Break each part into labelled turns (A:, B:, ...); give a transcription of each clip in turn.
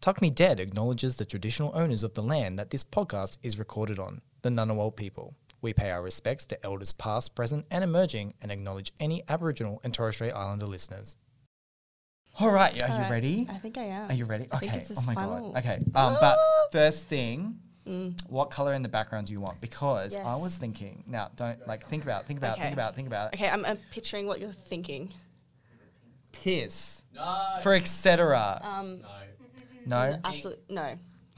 A: Tuck Me Dead acknowledges the traditional owners of the land that this podcast is recorded on, the Ngunnawal people. We pay our respects to elders past, present, and emerging, and acknowledge any Aboriginal and Torres Strait Islander listeners. All right, are you
B: Alright,
A: ready?
B: I think I am.
A: Are you ready?
B: I
A: okay.
B: think it's
A: oh
B: this
A: my
B: final. Mm.
A: god. Okay. Um, but first thing, what color in the background do you want? Because I
B: Yes.
A: was thinking. Now, don't like think about, think about,
B: Okay.
A: think about, think about.
B: Okay, I'm, I'm picturing what you're thinking.
A: Piss. For etc.
B: Um,
A: no.
B: absolutely no.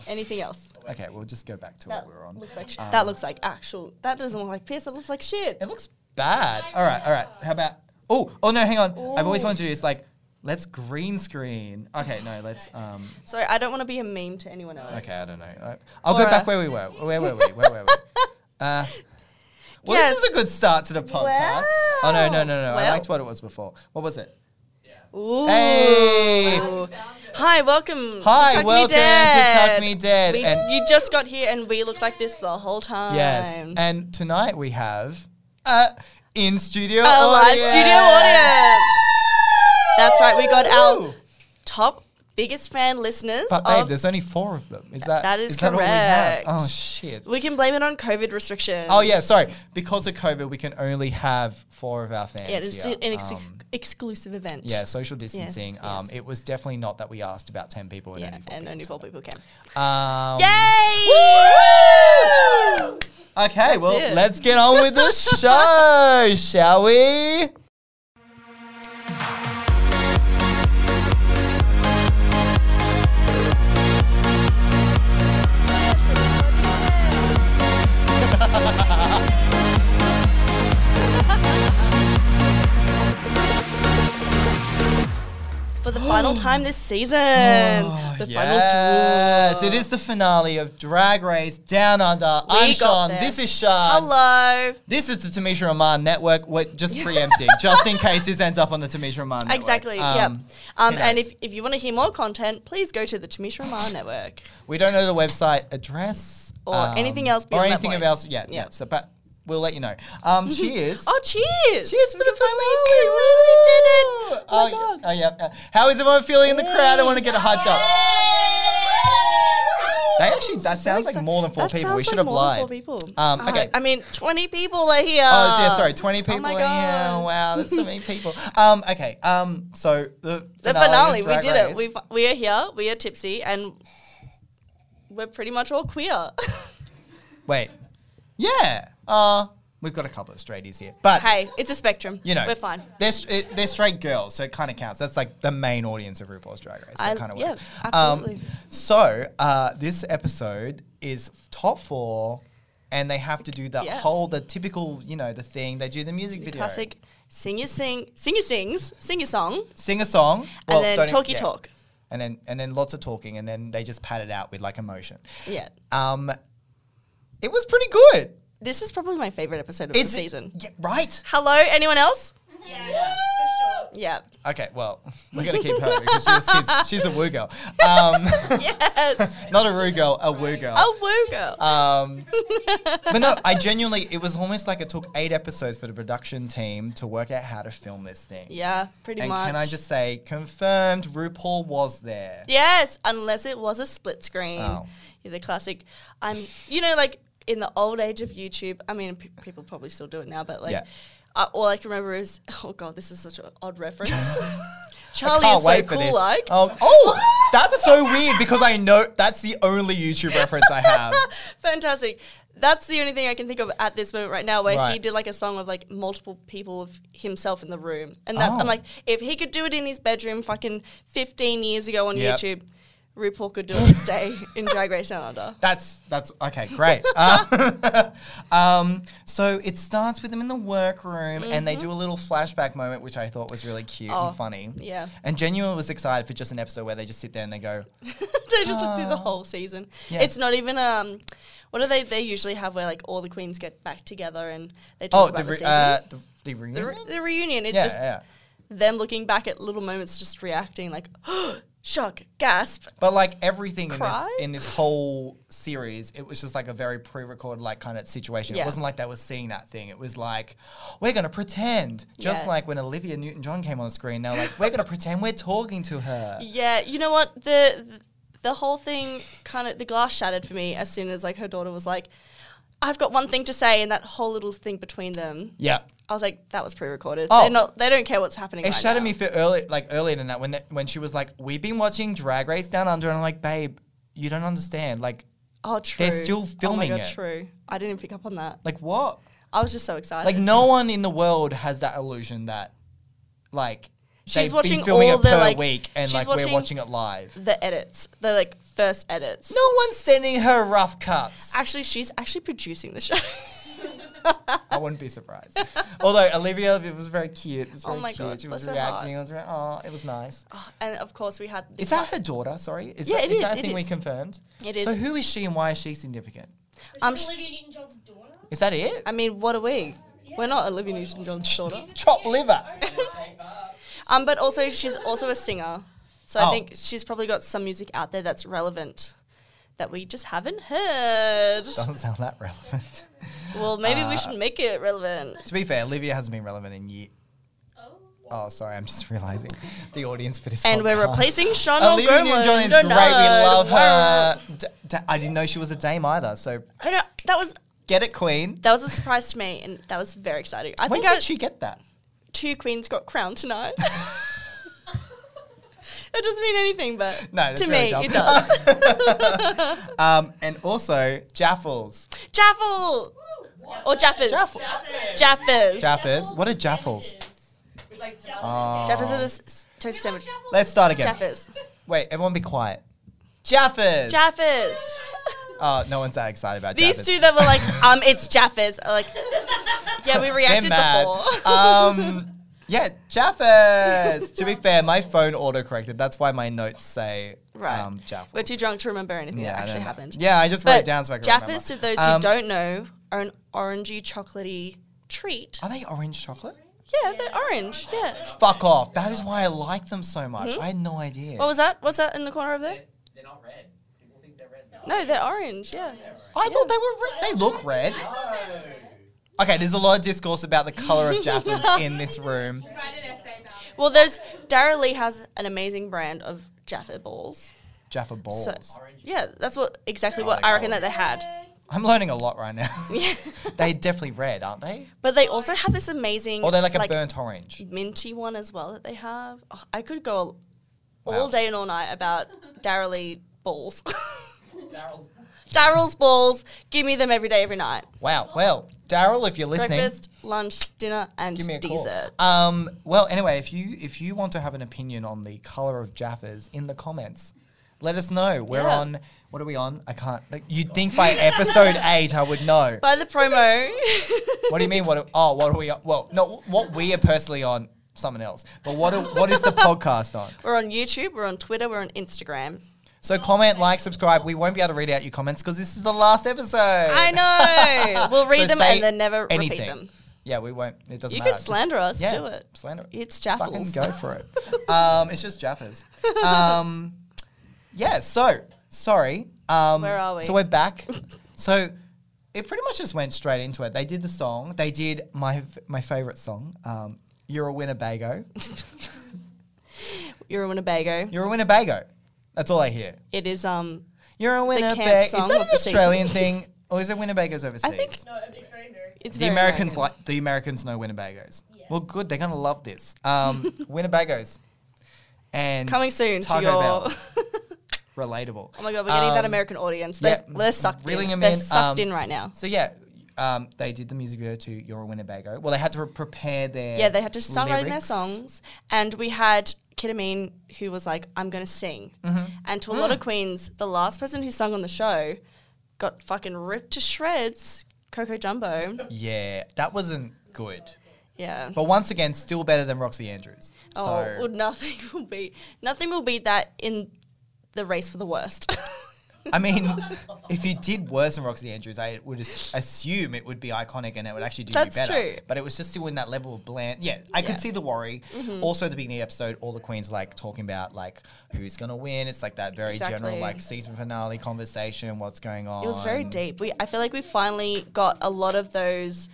B: Anything else?
A: Okay, we'll just go back to
B: Mm-hmm. That
A: what we were on.
B: looks like sh-
A: Um,
B: that looks like actual. That doesn't look like piss. That looks like shit.
A: It looks bad. All right, all right. How about? Oh, oh no, hang on. I've always
B: Ooh.
A: wanted to do this. Like, let's green screen. Okay, no, let's. Um.
B: Sorry, I don't want to be a meme to anyone else.
A: Okay, I don't know. I- I'll
B: Or
A: go back
B: a-
A: where we were. Where were we? Where were we? Uh, well, this is
B: Yes.
A: a good start to the podcast. Oh no, no, no, no! I
B: Well.
A: liked what it was before. What was it?
B: Ooh.
A: Hey!
B: Hi, welcome.
A: Hi,
B: to Tuck Me
A: welcome to
B: Dead.
A: Tuck Me Dead,
B: We-
A: and-
B: you just got here, and we looked like this the whole time.
A: Yes. And tonight we have uh, in studio
B: a live studio audience. That's right. We got our
A: Woo!
B: top biggest fan listeners.
A: But babe,
B: of-
A: there's only four of them. Is that
B: That is
A: all we have?
B: correct.
A: Oh shit.
B: we can blame it on COVID restrictions.
A: Oh yeah, sorry. Because of COVID, we can only have four of our fans.
B: Yeah, it's
A: here.
B: an ex-
A: Um,
B: exclusive event.
A: yeah, social distancing.
B: Yes,
A: um,
B: yes.
A: It was definitely not that we asked about ten people and
B: Yeah,
A: only four.
B: and
A: people.
B: only four people can.
A: Um,
B: Yay!
A: Okay, well,
B: it.
A: let's get on with the show, shall we?
B: For the final time this season. the
A: Oh, yes,
B: final
A: it is the finale of Drag Race Down Under. I'm
B: got
A: Sean.
B: there.
A: This is Sean.
B: Hello.
A: This is the Tamisha Rahman Network. We're just preempting, just in case this ends up on the Tamisha Rahman Network.
B: Exactly.
A: Um,
B: yep. Um,
A: who
B: and
A: knows?
B: if, if you want to hear more content, please go to the Tamisha Ramar Network.
A: We don't know the website address um,
B: Or anything else
A: or
B: beyond that
A: anything
B: point.
A: else. Yeah, yeah.
B: Yeah.
A: So, but we'll let you know. Um, cheers.
B: Oh, cheers!
A: Cheers for the finale!
B: We
A: Woo!
B: did it! Oh, my
A: oh,
B: God.
A: yeah, oh, yeah. Uh, How is everyone feeling in the crowd? I want to get a hot jump. They actually, that
B: So
A: sounds like
B: exci-
A: more than four
B: that
A: people. We
B: sounds
A: should have
B: like more than
A: lied.
B: Four people.
A: Um,
B: Oh,
A: okay.
B: I mean, twenty people are here.
A: Oh, yeah, sorry. 20 people
B: Oh my
A: in
B: god.
A: here. Wow, that's so many people. Um, okay. Um, so the finale.
B: The
A: of
B: finale. We
A: Drag
B: did
A: Race.
B: it. We we are here. We are tipsy, and we're pretty much all queer.
A: Wait. Yeah. Uh, we've got a couple of straighties here. But,
B: hey, it's a spectrum.
A: you know,
B: we're fine.
A: They're, str- it- they're straight girls, so it kind of counts. That's like the main audience of RuPaul's Drag Race. So
B: I-
A: it kind of
B: yeah,
A: works. Um,
B: absolutely.
A: so uh, this episode is top four. And they have to do the
B: Yes.
A: whole, the typical, you know, the thing. They do the music video,
B: Classic. Sing your sing, sing your sings, sing your song,
A: sing a song, well,
B: and then
A: don't- e-,
B: talky
A: yeah.
B: talk.
A: and then and then lots of talking, and then they just pat it out with like emotion.
B: Yeah.
A: Um, it was pretty good.
B: This is probably my favorite episode of
A: Is
B: the
A: it-
B: season.
A: yeah, right?
B: Hello, anyone else?
C: Yeah, for
B: Yeah.
A: Okay, well, we're gonna keep her because she just keeps, she's a woo girl. Um,
B: Yes.
A: not a roo girl, a woo girl.
B: a woo girl.
A: Um, but no, I genuinely, it was almost like it took eight episodes for the production team to work out how to film this thing.
B: yeah, pretty
A: And
B: much.
A: can I just say, confirmed, RuPaul was there.
B: Yes, unless it was a split screen.
A: Oh.
B: Yeah, the classic. I'm, you know, like in the old age of YouTube. I mean, pe people probably still do it now, but like,
A: Yeah.
B: uh, all I can remember is, oh god, this is such an odd reference. Charlie
A: Can't
B: is so
A: wait for
B: cool,
A: this.
B: like.
A: Oh, oh, that's so weird because I know that's the only YouTube reference I have.
B: Fantastic. That's the only thing I can think of at this moment right now where he
A: Right.
B: did like a song of like multiple people of himself in the room. And that's
A: Oh.
B: I'm like, if he could do it in his bedroom fucking 15 years ago on
A: Yep.
B: YouTube, RuPaul could do it this day in Drag Race Down Under.
A: That's that's okay, great. Uh, um, so it starts with them in the workroom, and they do a little flashback moment, which I thought was really cute
B: Mm-hmm. Oh,
A: and funny.
B: yeah.
A: And genuinely was excited for just an episode where they just sit there and they go,
B: they just look through the whole season.
A: Ah. Yeah.
B: It's not even um what do they they usually have where like all the queens get back together and they
A: "Oh, the
B: talk about the,
A: re-
B: season.
A: uh, the, the
B: the,
A: reunion."
B: re- the reunion. It's
A: yeah,
B: just
A: yeah.
B: them looking back at little moments just reacting like shock, gasp.
A: But like everything in this,
B: Cry?
A: in this whole series, it was just like a very pre-recorded like kind of situation. It
B: Yeah.
A: wasn't like they were seeing that thing. It was like we're gonna pretend, just
B: Yeah.
A: like when Olivia Newton-John came on the screen. They were like, we're gonna pretend we're talking to her.
B: Yeah, you know what? The, the whole thing kind of the glass shattered for me as soon as like her daughter was like, "I've got one thing to say," and that whole little thing between them.
A: Yeah.
B: I was like, "That was pre-recorded.
A: Oh.
B: They're not. They don't care what's happening."
A: It
B: right
A: shattered
B: now.
A: me for early, like earlier than that when the, when she was like, "We've been watching Drag Race Down Under," and I'm like, "Babe, you don't understand. Like,
B: Oh, true.
A: still filming
B: oh my God,
A: it.
B: True. I didn't even pick up on that.
A: like what?
B: I was just so excited.
A: Like no one in the world has that illusion that, like,
B: She's
A: they've
B: watching
A: been filming
B: all
A: it
B: the,
A: per
B: like-
A: week, and
B: she's
A: like we're
B: watching-
A: watching it live.
B: the edits, the like first edits.
A: No one's sending her rough cuts.
B: Actually, she's actually producing the show.
A: I wouldn't be surprised. Although Olivia it was very cute. It was
B: Oh
A: very
B: my
A: cute.
B: God,
A: she was
B: bless her
A: reacting. It was very, oh, it was nice.
B: and of course, we had. The
A: Is that her daughter? Sorry, is
B: Yeah,
A: that,
B: it
A: that
B: is,
A: a
B: it
A: thing we
B: is.
A: confirmed?
B: It is.
A: So who is she and why is she significant?
B: Um,
C: Um,
B: sh-
C: Olivia Newton-John's daughter.
A: Is that it?
B: I mean, what are we? We're not Olivia Newton-John's daughter.
A: Chop liver.
B: Um, but also she's also a singer, so
A: Oh.
B: I think she's probably got some music out there that's relevant that we just haven't heard.
A: Doesn't sound that relevant.
B: Well, maybe
A: Uh,
B: we should make it relevant.
A: to be fair, Olivia hasn't been relevant in years.
C: Oh.
A: Oh, sorry, I'm just realizing the audience for this.
B: And we're
A: podcast.
B: replacing Sean
A: Olivia
B: Montgomery.
A: Newton-John is great. We love her. D- d- I didn't know she was a dame either. So
B: I know that was
A: get it, Queen.
B: that was a surprise to me, and that was very exciting. I
A: When
B: think I,
A: did she get that?
B: two queens got crowned tonight. it doesn't mean anything, but
A: No, that's
B: to
A: really
B: me
A: dumb.
B: it does.
A: Um, and also Jaffles.
B: Jaffel or Jaffers.
A: Jaffles.
B: Jaffers.
A: Jaffers. What are Jaffles?
C: Like
A: Oh.
B: Jaffers are the s- toast sandwich.
A: Let's start again.
B: Jaffers.
A: Wait, everyone be quiet. Jaffers.
B: Jaffers.
A: oh, no one's that excited about
B: These
A: Jaffers.
B: two that were like, um, it's Jaffers. Are like, yeah, we
A: They're
B: reacted
A: mad.
B: before.
A: um, yeah, Jaffers. to be fair, my phone autocorrected. That's why my notes say
B: Right.
A: um, Jaffers.
B: we're too drunk to remember anything
A: I
B: that actually
A: don't know.
B: happened.
A: Yeah, I just wrote
B: But
A: it down so I can remember.
B: Jaffers, to those who
A: Um,
B: don't know, are an orangey chocolatey treat.
A: Are they orange chocolate?
B: Yeah, they're orange. Yeah.
A: Fuck off. That is why I like them so much. I had no idea.
B: Hmm? What was that? What's that in the corner over there?
D: They're not red. People think they're red.
B: No, they're orange. Yeah.
A: I thought they were red. They look red. Okay, there's a lot of discourse about the color of Jaffers in this room.
C: Write an essay about it.
B: Well, there's Dara Lee has an amazing brand of Jaffa balls.
A: Jaffa balls.
B: So, yeah, that's what exactly
A: Oh,
B: what
A: they
B: I
A: call
B: reckon
A: it.
B: that they had.
A: I'm learning a lot right now.
B: Yeah.
A: They're definitely red, aren't they?
B: But they also have this amazing,
A: Or Oh, they're like a burnt orange.
B: minty one as well that they have. Oh, I could go all,
A: Wow.
B: all day and all night about Daryl Lee balls.
D: Daryl's
B: Daryl's balls. Give me them every day, every night.
A: Wow. Well, Daryl, if you're listening,
B: Breakfast, lunch, dinner, and
A: give me a call.
B: dessert.
A: Um, well, anyway, if you if you want to have an opinion on the color of Jaffas in the comments, let us know. We're
B: Yeah.
A: on. What are we on? I can't. Like, you'd think by episode eight I would know.
B: By the promo.
A: What do you mean? What? Are, oh, what are we? on- Well, no. What we are personally on. Someone else. But what? Are, what is the podcast on?
B: We're on YouTube. We're on Twitter. We're on Instagram.
A: So comment, like, subscribe. We won't be able to read out your comments because this is the last episode.
B: I know. We'll read
A: So
B: them
A: say
B: and then never
A: anything.
B: repeat them.
A: Yeah, we won't. It doesn't
B: You
A: matter.
B: could slander us.
A: Just,
B: Do it.
A: Slander it.
B: It's
A: Fucking
B: Jaffles.
A: go for it. um, it's just Jaffers. Um, yeah. So sorry. Um,
B: Where are we?
A: So we're back. so it pretty much just went straight into it. They did the song. They did my my favorite song. Um, You're a Winnebago.
B: You're a Winnebago.
A: You're a Winnebago. That's all I hear.
B: It is um.
A: You're a
B: camp
A: Winnebago. Is
B: song
A: that
B: of
A: an
B: the season.
A: Australian thing, or is it Winnebago's overseas?
B: I think
C: No, it's very American.
B: it's
A: the
B: very
A: Americans
B: American.
A: like the Americans know Winnebagos.
C: Yes.
A: Well, good. They're gonna love this. Um, Winnebagos and
B: coming soon
A: Taco
B: to your.
A: Bell. Relatable.
B: oh my god, we're getting that
A: Um,
B: American audience.
A: yeah,
B: They're, they're sucked
A: reeling 'em
B: in. They're
A: in,
B: sucked
A: um,
B: in right now.
A: So yeah, um, they did the music video to "You're a Winnebago." Well, they had to re- prepare their
B: Yeah, they had to start writing their
A: lyrics.
B: songs, and we had Kidamine who was like, "I'm gonna sing,"
A: Mm-hmm.
B: and
A: Mm.
B: to a lot of queens, the last person who sung on the show got fucking ripped to shreds. Coco Jumbo.
A: Yeah, that wasn't good.
B: Yeah.
A: But once again, still better than Roxy Andrews.
B: Oh,
A: so
B: well, nothing will be nothing will beat that in the race for the worst.
A: I mean, if you did worse than Roxy Andrews, I would as- assume it would be iconic and it would actually do
B: That's
A: you better.
B: true.
A: But it was just still in that level of bland. Yeah, I
B: Yeah. Mm-hmm.
A: could see the worry. Also, at the beginning of the episode, all the queens like talking about like who's gonna win. It's like that very general
B: Exactly.
A: like season finale conversation. What's going on?
B: It was very deep. We I feel like we finally got a lot of those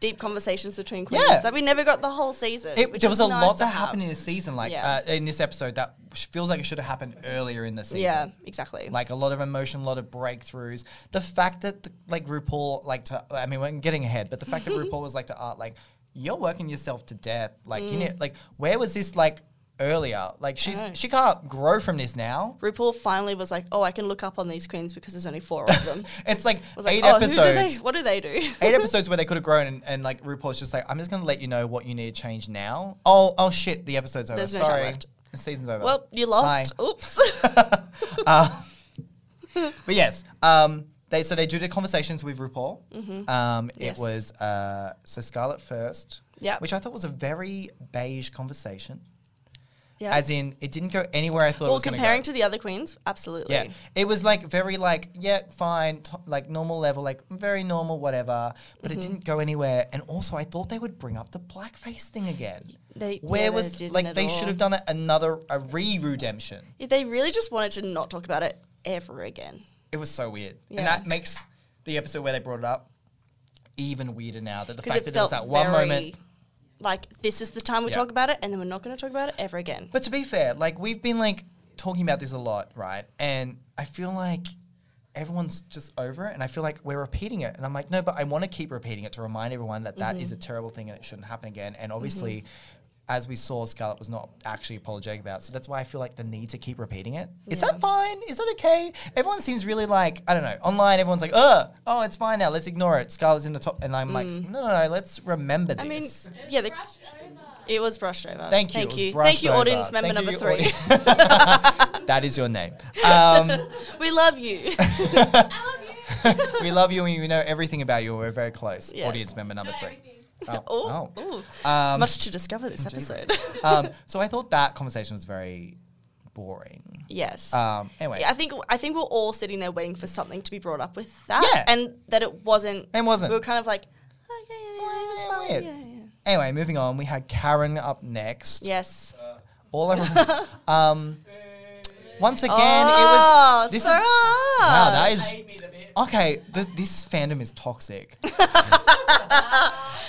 B: deep conversations between queens
A: Yeah.
B: that we never got the whole season.
A: It,
B: which
A: there
B: is
A: was a
B: nice
A: lot
B: to
A: that
B: have.
A: happened in this season, like
B: Yeah.
A: uh, in this episode, that sh- feels like it should have happened earlier in the season.
B: Yeah, exactly.
A: Like a lot of emotion, a lot of breakthroughs. The fact that the, like RuPaul like to, I mean, we're getting ahead, but the fact that RuPaul was like to art, like you're working yourself to death. Like you
B: Mm.
A: know, like where was this like earlier? Like she's
B: know.
A: she can't grow from this now.
B: RuPaul finally was like, "Oh, I can look up on these queens because there's only four of them."
A: It's like,
B: I was like,
A: eight
B: "Oh,
A: episodes.
B: who do they? What do they do?"
A: eight episodes where they could have grown and, and like RuPaul's just like, I'm just gonna let you know what you need to change now. Oh oh shit, the episode's over.
B: There's no time
A: Sorry.
B: left.
A: The season's over.
B: well, you lost. Oops.
A: Uh, but yes. Um they so they do the conversations with RuPaul. Um
B: Mm-hmm. Yes.
A: it was uh so Scarlett first.
B: Yep.
A: Which I thought was a very beige conversation.
B: yeah.
A: As in it didn't go anywhere I thought it
B: well,
A: was gonna
B: comparing
A: go.
B: to the other queens, absolutely.
A: Yeah, it was like very like yeah, fine, t- like normal level, like very normal, whatever. But
B: Mm-hmm.
A: it didn't go anywhere. And also, I thought they would bring up the blackface thing again.
B: They-
A: Where
B: yeah, they
A: was
B: didn't
A: like
B: at
A: they
B: all.
A: should have done a, another a re redemption.
B: Yeah, They really just wanted to not talk about it ever again.
A: It was so weird,
B: Yeah.
A: and that makes the episode where they brought it up even weirder now. That the
B: Because
A: fact
B: it
A: that there was
B: felt
A: that one
B: very,
A: moment.
B: like this is the time we
A: Yeah.
B: talk about it, and then we're not going to talk about it ever again.
A: But to be fair, like we've been like talking about this a lot, right? And I feel like everyone's just over it, and I feel like we're repeating it. And I'm like, no, but I want to keep repeating it to remind everyone that that is a
B: Mm-hmm.
A: terrible thing and it shouldn't happen again. And obviously, as we saw, Scarlett was not actually apologetic about. it. So that's why I feel like the need to keep repeating it. Is
B: Yeah.
A: that fine? Is that okay? Everyone seems really like I don't know. Online, everyone's like, oh, oh, it's fine now. Let's ignore it. Scarlett's in the top, and I'm like, no, no, no. Let's remember this.
B: Mm. I mean, yeah, the,
C: Brushed over.
B: it was brushed over.
A: Thank you.
B: Thank
A: It was
B: you.
A: brushed
B: Thank you,
A: over.
B: audience
A: Thank
B: member number
A: you,
B: three.
A: audi- that is your name. Um,
B: we love you.
C: I love you.
A: we love you and we know everything about you. We're very close.
B: Yes.
A: Audience member number
C: Not
A: three.
C: everything.
B: oh,
A: oh.
B: ooh.
A: Um,
B: much to discover this episode.
A: um, so I thought that conversation was very boring.
B: yes.
A: Um, anyway,
B: Yeah, I think I think we're all sitting there waiting for something to be brought up with that,
A: Yeah.
B: and that it wasn't.
A: It wasn't.
B: We were kind of like, oh, yeah, yeah, yeah, yeah,
A: Weird.
B: yeah, yeah, yeah.
A: anyway, moving on. We had Karen up next.
B: Yes.
A: All over. um, once again,
B: Oh,
A: it was. This is,
B: Ah.
A: wow, that is.
D: Paid me the bit.
A: Okay, th- this fandom is toxic.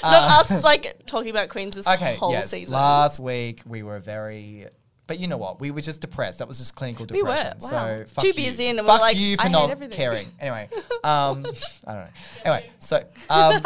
B: Not us like talking about Queens this
A: Uh, Okay,
B: whole
A: yes.
B: season.
A: Last week we were very, but you know what? We were just depressed. That was just clinical
B: We were,
A: depression.
B: wow.
A: So fuck
B: Too
A: you.
B: busy and then we're
A: fuck
B: like,
A: you for
B: I hate
A: not
B: everything.
A: caring. Anyway, um, I don't know. Anyway, so um,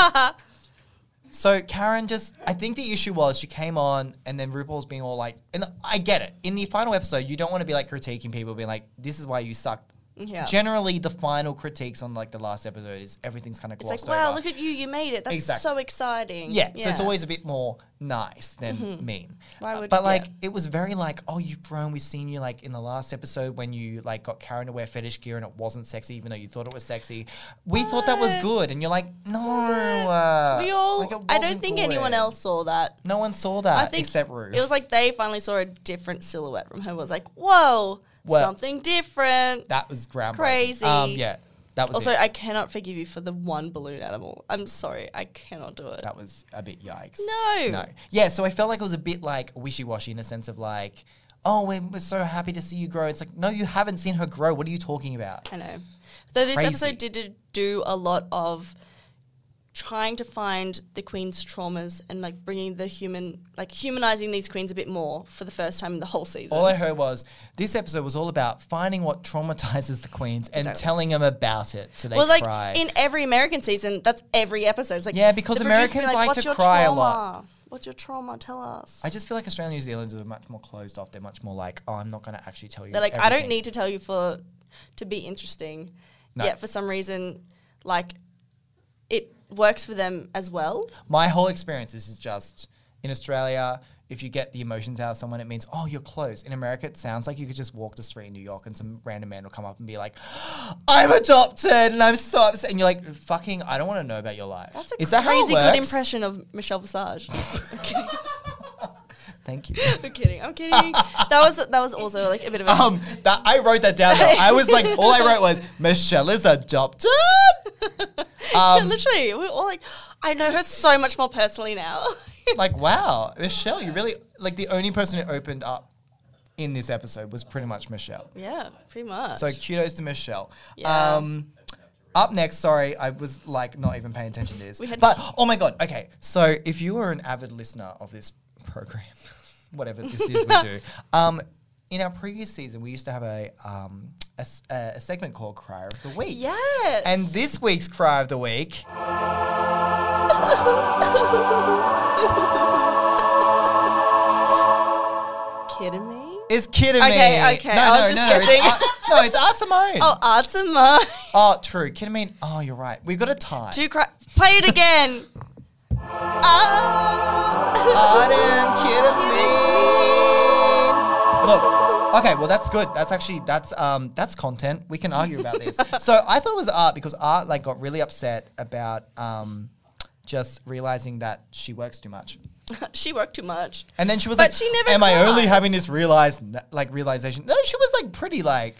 A: so Karen just, I think the issue was she came on and then RuPaul's being all like, and I get it. In the final episode, you don't want to be like critiquing people, being like, this is why you sucked.
B: yeah.
A: Generally, the final critiques on like the last episode is everything's kind of
B: it's
A: glossed
B: like, wow,
A: over.
B: look at you, you made it. That's
A: Exactly.
B: so exciting.
A: Yeah, so it's always a bit more nice than mean.
B: Mm-hmm. Why
A: Uh,
B: would-
A: but like
B: yeah.
A: it was very like, oh, you've grown. We've seen you like in the last episode when you like got Karen to wear fetish gear and it wasn't sexy, even though you thought it was sexy. We thought that was
B: What?
A: good, and you're like, no,
B: Was it?
A: uh,
B: We all.
A: like, it
B: I don't
A: wasn't
B: think
A: good."
B: anyone else saw that.
A: No one saw that
B: I think
A: Uh, except Rue.
B: It was like they finally saw a different silhouette from her. It was like, whoa,
A: Well-
B: something different.
A: that was groundbreaking.
B: Crazy.
A: Um, yeah, that was
B: also,
A: it.
B: I cannot forgive you for the one balloon animal. I'm sorry, I cannot do it.
A: that was a bit yikes.
B: No.
A: No. Yeah, so I felt like it was a bit like wishy washy in a sense of like, oh, we're, we're so happy to see you grow. It's like, no, you haven't seen her grow. What are you talking about?
B: I know. Though this
A: Crazy.
B: episode did- did do a lot of trying to find the queen's traumas and like bringing the human, like humanizing these queens a bit more for the first time in the whole season.
A: All I heard was this episode was all about finding what traumatizes the queens and
B: Exactly.
A: telling them about it so they
B: well, like
A: cry.
B: in every American season, that's every episode. It's like
A: Yeah, because
B: the producer's
A: Americans
B: being
A: like
B: "What's
A: to
B: your
A: cry a
B: trauma?
A: lot."
B: What's your trauma? Tell us.
A: I just feel like Australia and New Zealanders are much more closed off. They're much more like, oh, I'm not going to actually tell you.
B: They're like, I don't
A: everything."
B: need to tell you for to be interesting.
A: No.
B: Yet for some reason, like it works for them as well.
A: My whole experience is just in Australia. If you get the emotions out of someone, it means, oh, you're close. In America, it sounds like you could just walk the street in New York and some random man will come up and be like, I'm adopted and I'm so upset. And you're like, fucking, I don't want to know about your life.
B: That's a
A: Is that how it
B: crazy good
A: works?
B: impression of Michelle Visage. I'm kidding.
A: Thank you.
B: I'm kidding. I'm kidding. That was that was also like a bit of a
A: Um, that I wrote that down. Though. I was like, all I wrote was Michelle is adopted.
B: Yeah,
A: Um,
B: literally. We're all like, I know her so much more personally now.
A: like, wow, Michelle, you really like the only person who opened up in this episode was pretty much Michelle.
B: yeah, pretty much.
A: So kudos to Michelle.
B: Yeah.
A: Um, Up next, sorry, I was like not even paying attention to this.
B: We had-
A: but oh my god, okay. So if you are an avid listener of this program, whatever this is we do, um, in our previous season we used to have a um a, s- a- a segment called Cry of the Week.
B: Yes.
A: And this week's Cry of the Week.
B: kidding me?
A: is kidding
B: Okay,
A: me.
B: okay, I was just guessing.
A: It's, Ar- no, it's Art Simone. Oh.
B: Oh, arts and mine.
A: true. Kidding me. Oh, you're right. We've got a tie.
B: Do cry. Play it again. Ah.
A: Art and kidding me. Look. Okay, well that's good. That's actually that's um that's content. We can argue about this. so I thought it was art because art like got really upset about um just realizing that she works too much.
B: she worked too much.
A: And then she was
B: But
A: like,
B: she never
A: "Am I
B: cried.
A: only having this realized like realization?" No, she was like pretty like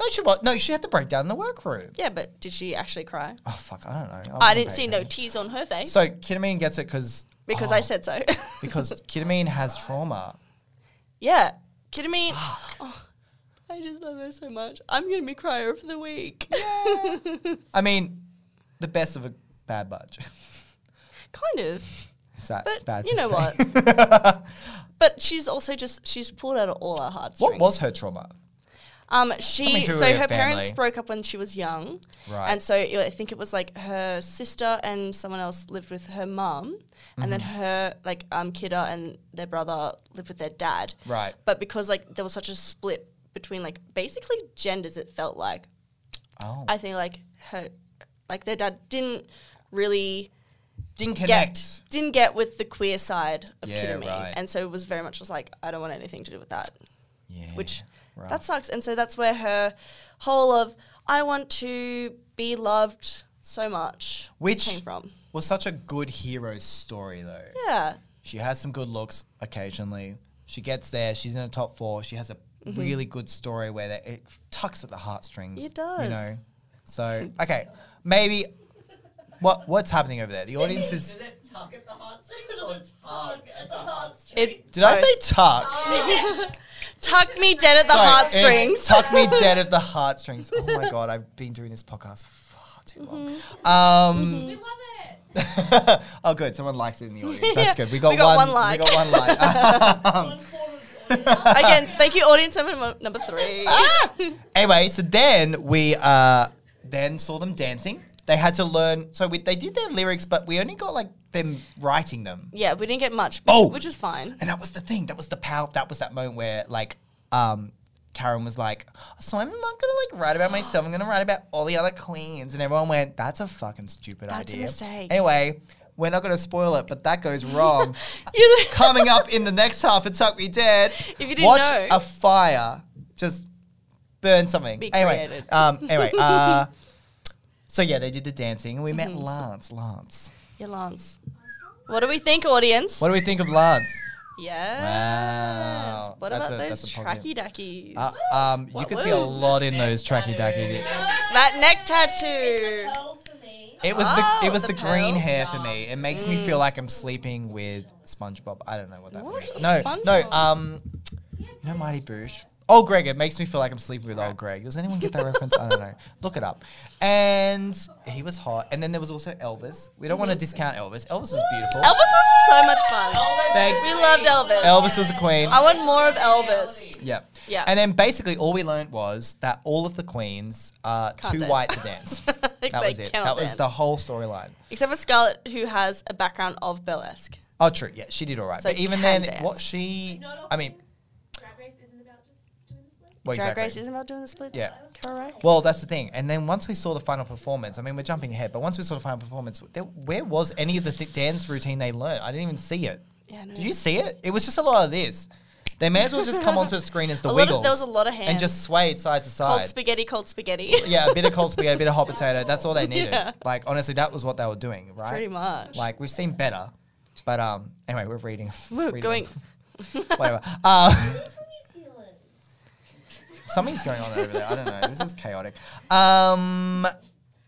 A: no, she was no, she had to break down in the workroom.
B: Yeah, but did she actually cry?
A: Oh fuck, I don't know.
B: I
A: wasn't
B: didn't
A: paying
B: see no
A: attention.
B: tears on her face
A: So ketamine gets it because
B: because
A: oh,
B: I said so.
A: because ketamine has trauma.
B: yeah, kidding me? Oh, I just love her so much. I'm gonna be crier for the week.
A: I mean, the best of a bad bunch.
B: kind of.
A: Is that
B: But
A: bad?
B: you
A: to
B: know
A: say?
B: But she's also just she's pulled out all our heartstrings.
A: what was her trauma?
B: Um,
A: Coming
B: she
A: through
B: so
A: her
B: her parents
A: family.
B: broke up when she was young,
A: Right.
B: and so it- I think it was like her sister and someone else lived with her mum, and then her like um kidda and their brother lived with their dad.
A: Right.
B: But because like there was such a split between like basically genders, it felt like
A: Oh,
B: I think like her like their dad didn't really
A: didn't
B: get
A: connect.
B: didn't get with the queer side of
A: Yeah,
B: kidda me,
A: right.
B: and so it was very much just like I don't want anything to do with that
A: yeah,
B: which
A: right.
B: that sucks. And so that's where her whole of I want to be loved so much
A: Which-
B: came from.
A: was such a good hero story though.
B: Yeah.
A: She has some good looks occasionally. She gets there. She's in the top four. She has a really good story where that it tucks at the heartstrings.
B: Mm-hmm. It does.
A: You know. So okay, maybe. What what's happening over there? The audience is.
D: Does it tug at the heartstrings or tug at the heartstrings?
B: It
A: Did I say tuck?
C: Oh,
B: tuck me dead at the
A: Sorry,
B: heartstrings?
A: it's Tuck me dead at the heartstrings. Oh my god, I've been doing this podcast far too long.
B: Mm-hmm.
A: Um,
C: We love it.
A: oh, good. Someone likes it in the audience. That's good. We got,
B: We got one
A: We
B: like.
A: got one like. Um,
B: Again, thank you, audience member mo- number three.
A: Ah! anyway, so then we uh, then saw them dancing. They had to learn. So we, they did their lyrics, but we only got like them writing them.
B: yeah, we didn't get much, which,
A: Oh.
B: which is fine.
A: And that was the thing. That was the power. That was that moment where like um, Karen was like, "So I'm not gonna like write about myself. I'm gonna write about all the other queens." And everyone went, "That's a fucking stupid
B: That's a
A: idea."
B: mistake.
A: Anyway, we're not gonna spoil it, but that goes wrong.
B: You know-
A: Coming up in the next half of Tuck Me Dead,
B: If you didn't
A: watch
B: know.
A: a fire just burn something.
B: Be
A: anyway,
B: creative.
A: um, anyway. Uh, so yeah, they did the dancing, and we
B: Mm-hmm.
A: met Lance. Lance,
B: Yeah, Lance. What do we think, audience?
A: what do we think of Lance?
B: yes.
A: Wow.
B: What
A: That's
B: about
A: a-
B: those
A: that's a positive.
B: tracky dackies?
A: Uh, um, you
B: What
A: could see a
B: word?
A: lot in those tracky dacky.
B: that neck tattoo.
C: Pearls for me.
A: It was the
B: Oh,
A: it was the,
B: the
A: green
B: pearl?
A: hair for me. It makes me feel like I'm sleeping with SpongeBob. I don't know what that
B: What
A: means.
B: is
A: No, no.
B: SpongeBob?
A: Um, you know Mighty Boosh. Oh, Greg. It makes me feel like I'm sleeping with old Greg. Does anyone get that reference? I don't know. Look it up. And he was hot. And then there was also Elvis. We don't want to discount Elvis. Elvis was beautiful.
B: Elvis was so much fun.
A: Thanks.
B: We loved Elvis.
A: Elvis was a queen.
B: I want more of Elvis.
A: Yeah.
B: Yeah.
A: And then basically all we learned was that all of the queens are
B: Can't
A: too
B: dance.
A: white to dance.
B: Like,
A: That
B: they
A: was it. That
B: cannot
A: was
B: dance.
A: the whole storyline.
B: Except for Scarlett, who has a background of burlesque.
A: Oh, true. Yeah, she did all right.
B: So
A: but
B: you
A: even then,
B: can
A: what
B: dance.
A: she,
C: Not all
A: I mean,
C: things. Drag Race isn't about just doing the split.
A: well,
B: Drag
A: exactly.
B: Race isn't about doing the splits.
A: Yeah.
B: Correct.
A: well, that's the thing. And then once we saw the final performance, I mean, we're jumping ahead, but once we saw the final performance, there, where was any of the th- dance routine they learned? I didn't even see it.
B: Yeah, no.
A: Did you see it? It was just a lot of this. They may as well just come onto the screen as the
B: A lot of-
A: Wiggles.
B: there was a lot of hands.
A: And just swayed side to side.
B: cold spaghetti, cold spaghetti.
A: yeah, a bit of cold spaghetti, a bit of hot potato. That's all they needed.
B: Yeah.
A: Like honestly, that was what they were doing, right?
B: Pretty much.
A: Like we've seen better, but um, anyway, we're reading.
B: We're
A: reading-
B: going. Oh,
A: Whatever. Um,
C: It's from New Zealand.
A: something's going on over there. I don't know. This is chaotic. Um,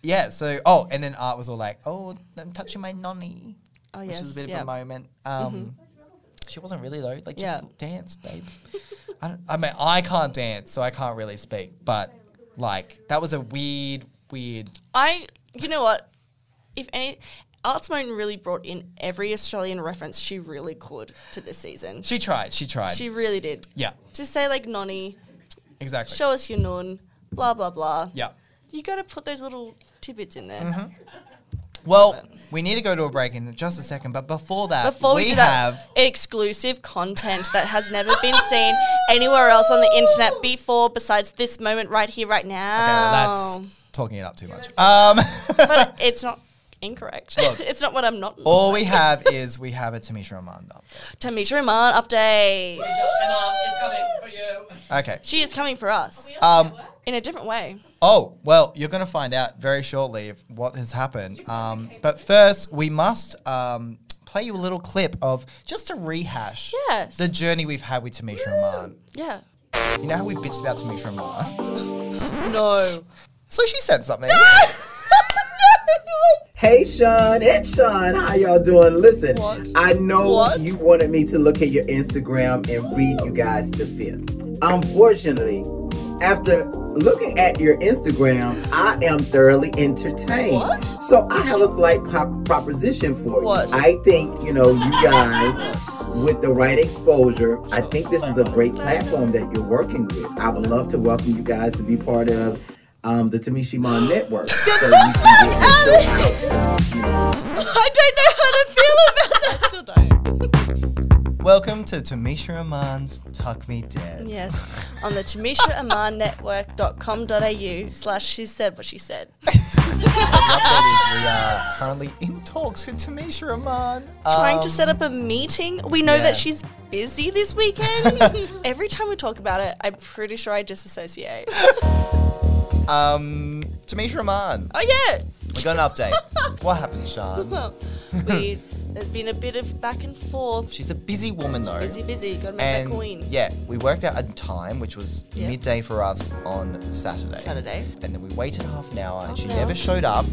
A: yeah. So oh, and then Art was all like, "Oh, I'm touching my nonny,"
B: Oh
A: which
B: yes.
A: is a bit
B: yeah. Mm-hmm.
A: of a moment. Um, she wasn't really though. Like just
B: Yeah.
A: dance, babe. I, don't, I mean, I can't dance, so I can't really speak. But like that was a weird weird.
B: I, you know what? If any, Arts Moan really brought in every Australian reference she really could to this season. She,
A: She tried. She tried.
B: really did.
A: yeah,
B: Just say like nonny,
A: exactly.
B: show us your nun, blah blah blah.
A: yeah.
B: You got to put those little tidbits in there.
A: Mm-hmm. Well, we need to go to a break in just a second, but before that,
B: Before
A: we,
B: we, do
A: have
B: that, exclusive content that has never been seen anywhere else on the internet before, besides this moment right here, right
A: Okay,
B: now.
A: well, that's talking it up too much. Um,
B: but it's not incorrect.
A: Look.
B: it's not what I'm not.
A: all we have is we have a Tamisha Amanda.
B: Tamisha Iman update.
D: Emma is coming for you.
A: Okay.
B: She is coming for us
A: Um,
B: in a different way.
A: Oh, well, you're going to find out very shortly of what has happened. Um, but first, we must um, play you a little clip of just to rehash
B: Yes.
A: the journey we've had with Tamisha Amand.
B: Yeah.
A: You know how we bitched about Tamisha Amand?
B: No.
A: So she said something.
B: Ah!
E: Hey Sean, it's Sean. How y'all doing? Listen,
B: What?
E: I know
B: What?
E: you wanted me to look at your Instagram and read you guys to fifth. Unfortunately, after looking at your Instagram, I am thoroughly entertained.
B: What?
E: So I have a slight pop- proposition for you.
B: What?
E: I think you know you guys. With the right exposure, I think this is a great platform that you're working with. I would love to welcome you guys to be part of um, the Tamishima Network. So you can get your show out.
B: I don't know how to feel about that. I still don't.
A: Welcome to Tamisha Amand's Tuck Me Dead.
B: Yes. On the TamishaAmarNetwork.com.au slash she said what she said.
A: The update is we are currently in talks with Tamisha Amand.
B: Trying to
A: Um,
B: set up a meeting. We know
A: yeah.
B: that she's busy this weekend. Every time we talk about it, I'm pretty sure I disassociate.
A: Um, Tamisha Amand,
B: Oh yeah.
A: we got an update. what happened, Sean?
B: Well, we there's been a bit of back and forth.
A: She's a busy woman though.
B: Busy, busy. Gotta make
A: and
B: that queen.
A: yeah, we worked out a time which was
B: Yeah.
A: midday for us on Saturday.
B: Saturday.
A: And then we waited half an hour, and
B: Half
A: she
B: an hour.
A: never showed up.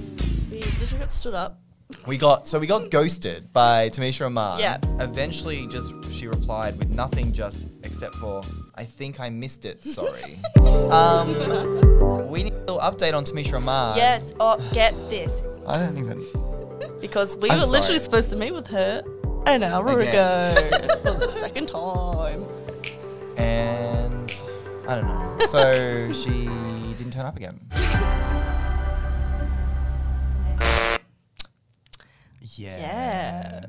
B: We literally got stood up.
A: We got so we got ghosted by Tamisha Amar.
B: Yeah.
A: Eventually, just she replied with nothing, just except for I think I missed it. Sorry. um, we need a little update on Tamisha Amar.
B: Yes, oh, get this.
A: I don't even.
B: Because we
A: I'm
B: were literally
A: sorry.
B: supposed to meet with her an hour
A: Again.
B: ago for the second time.
A: And I don't know. So she didn't turn up again. Yeah.
B: Yeah.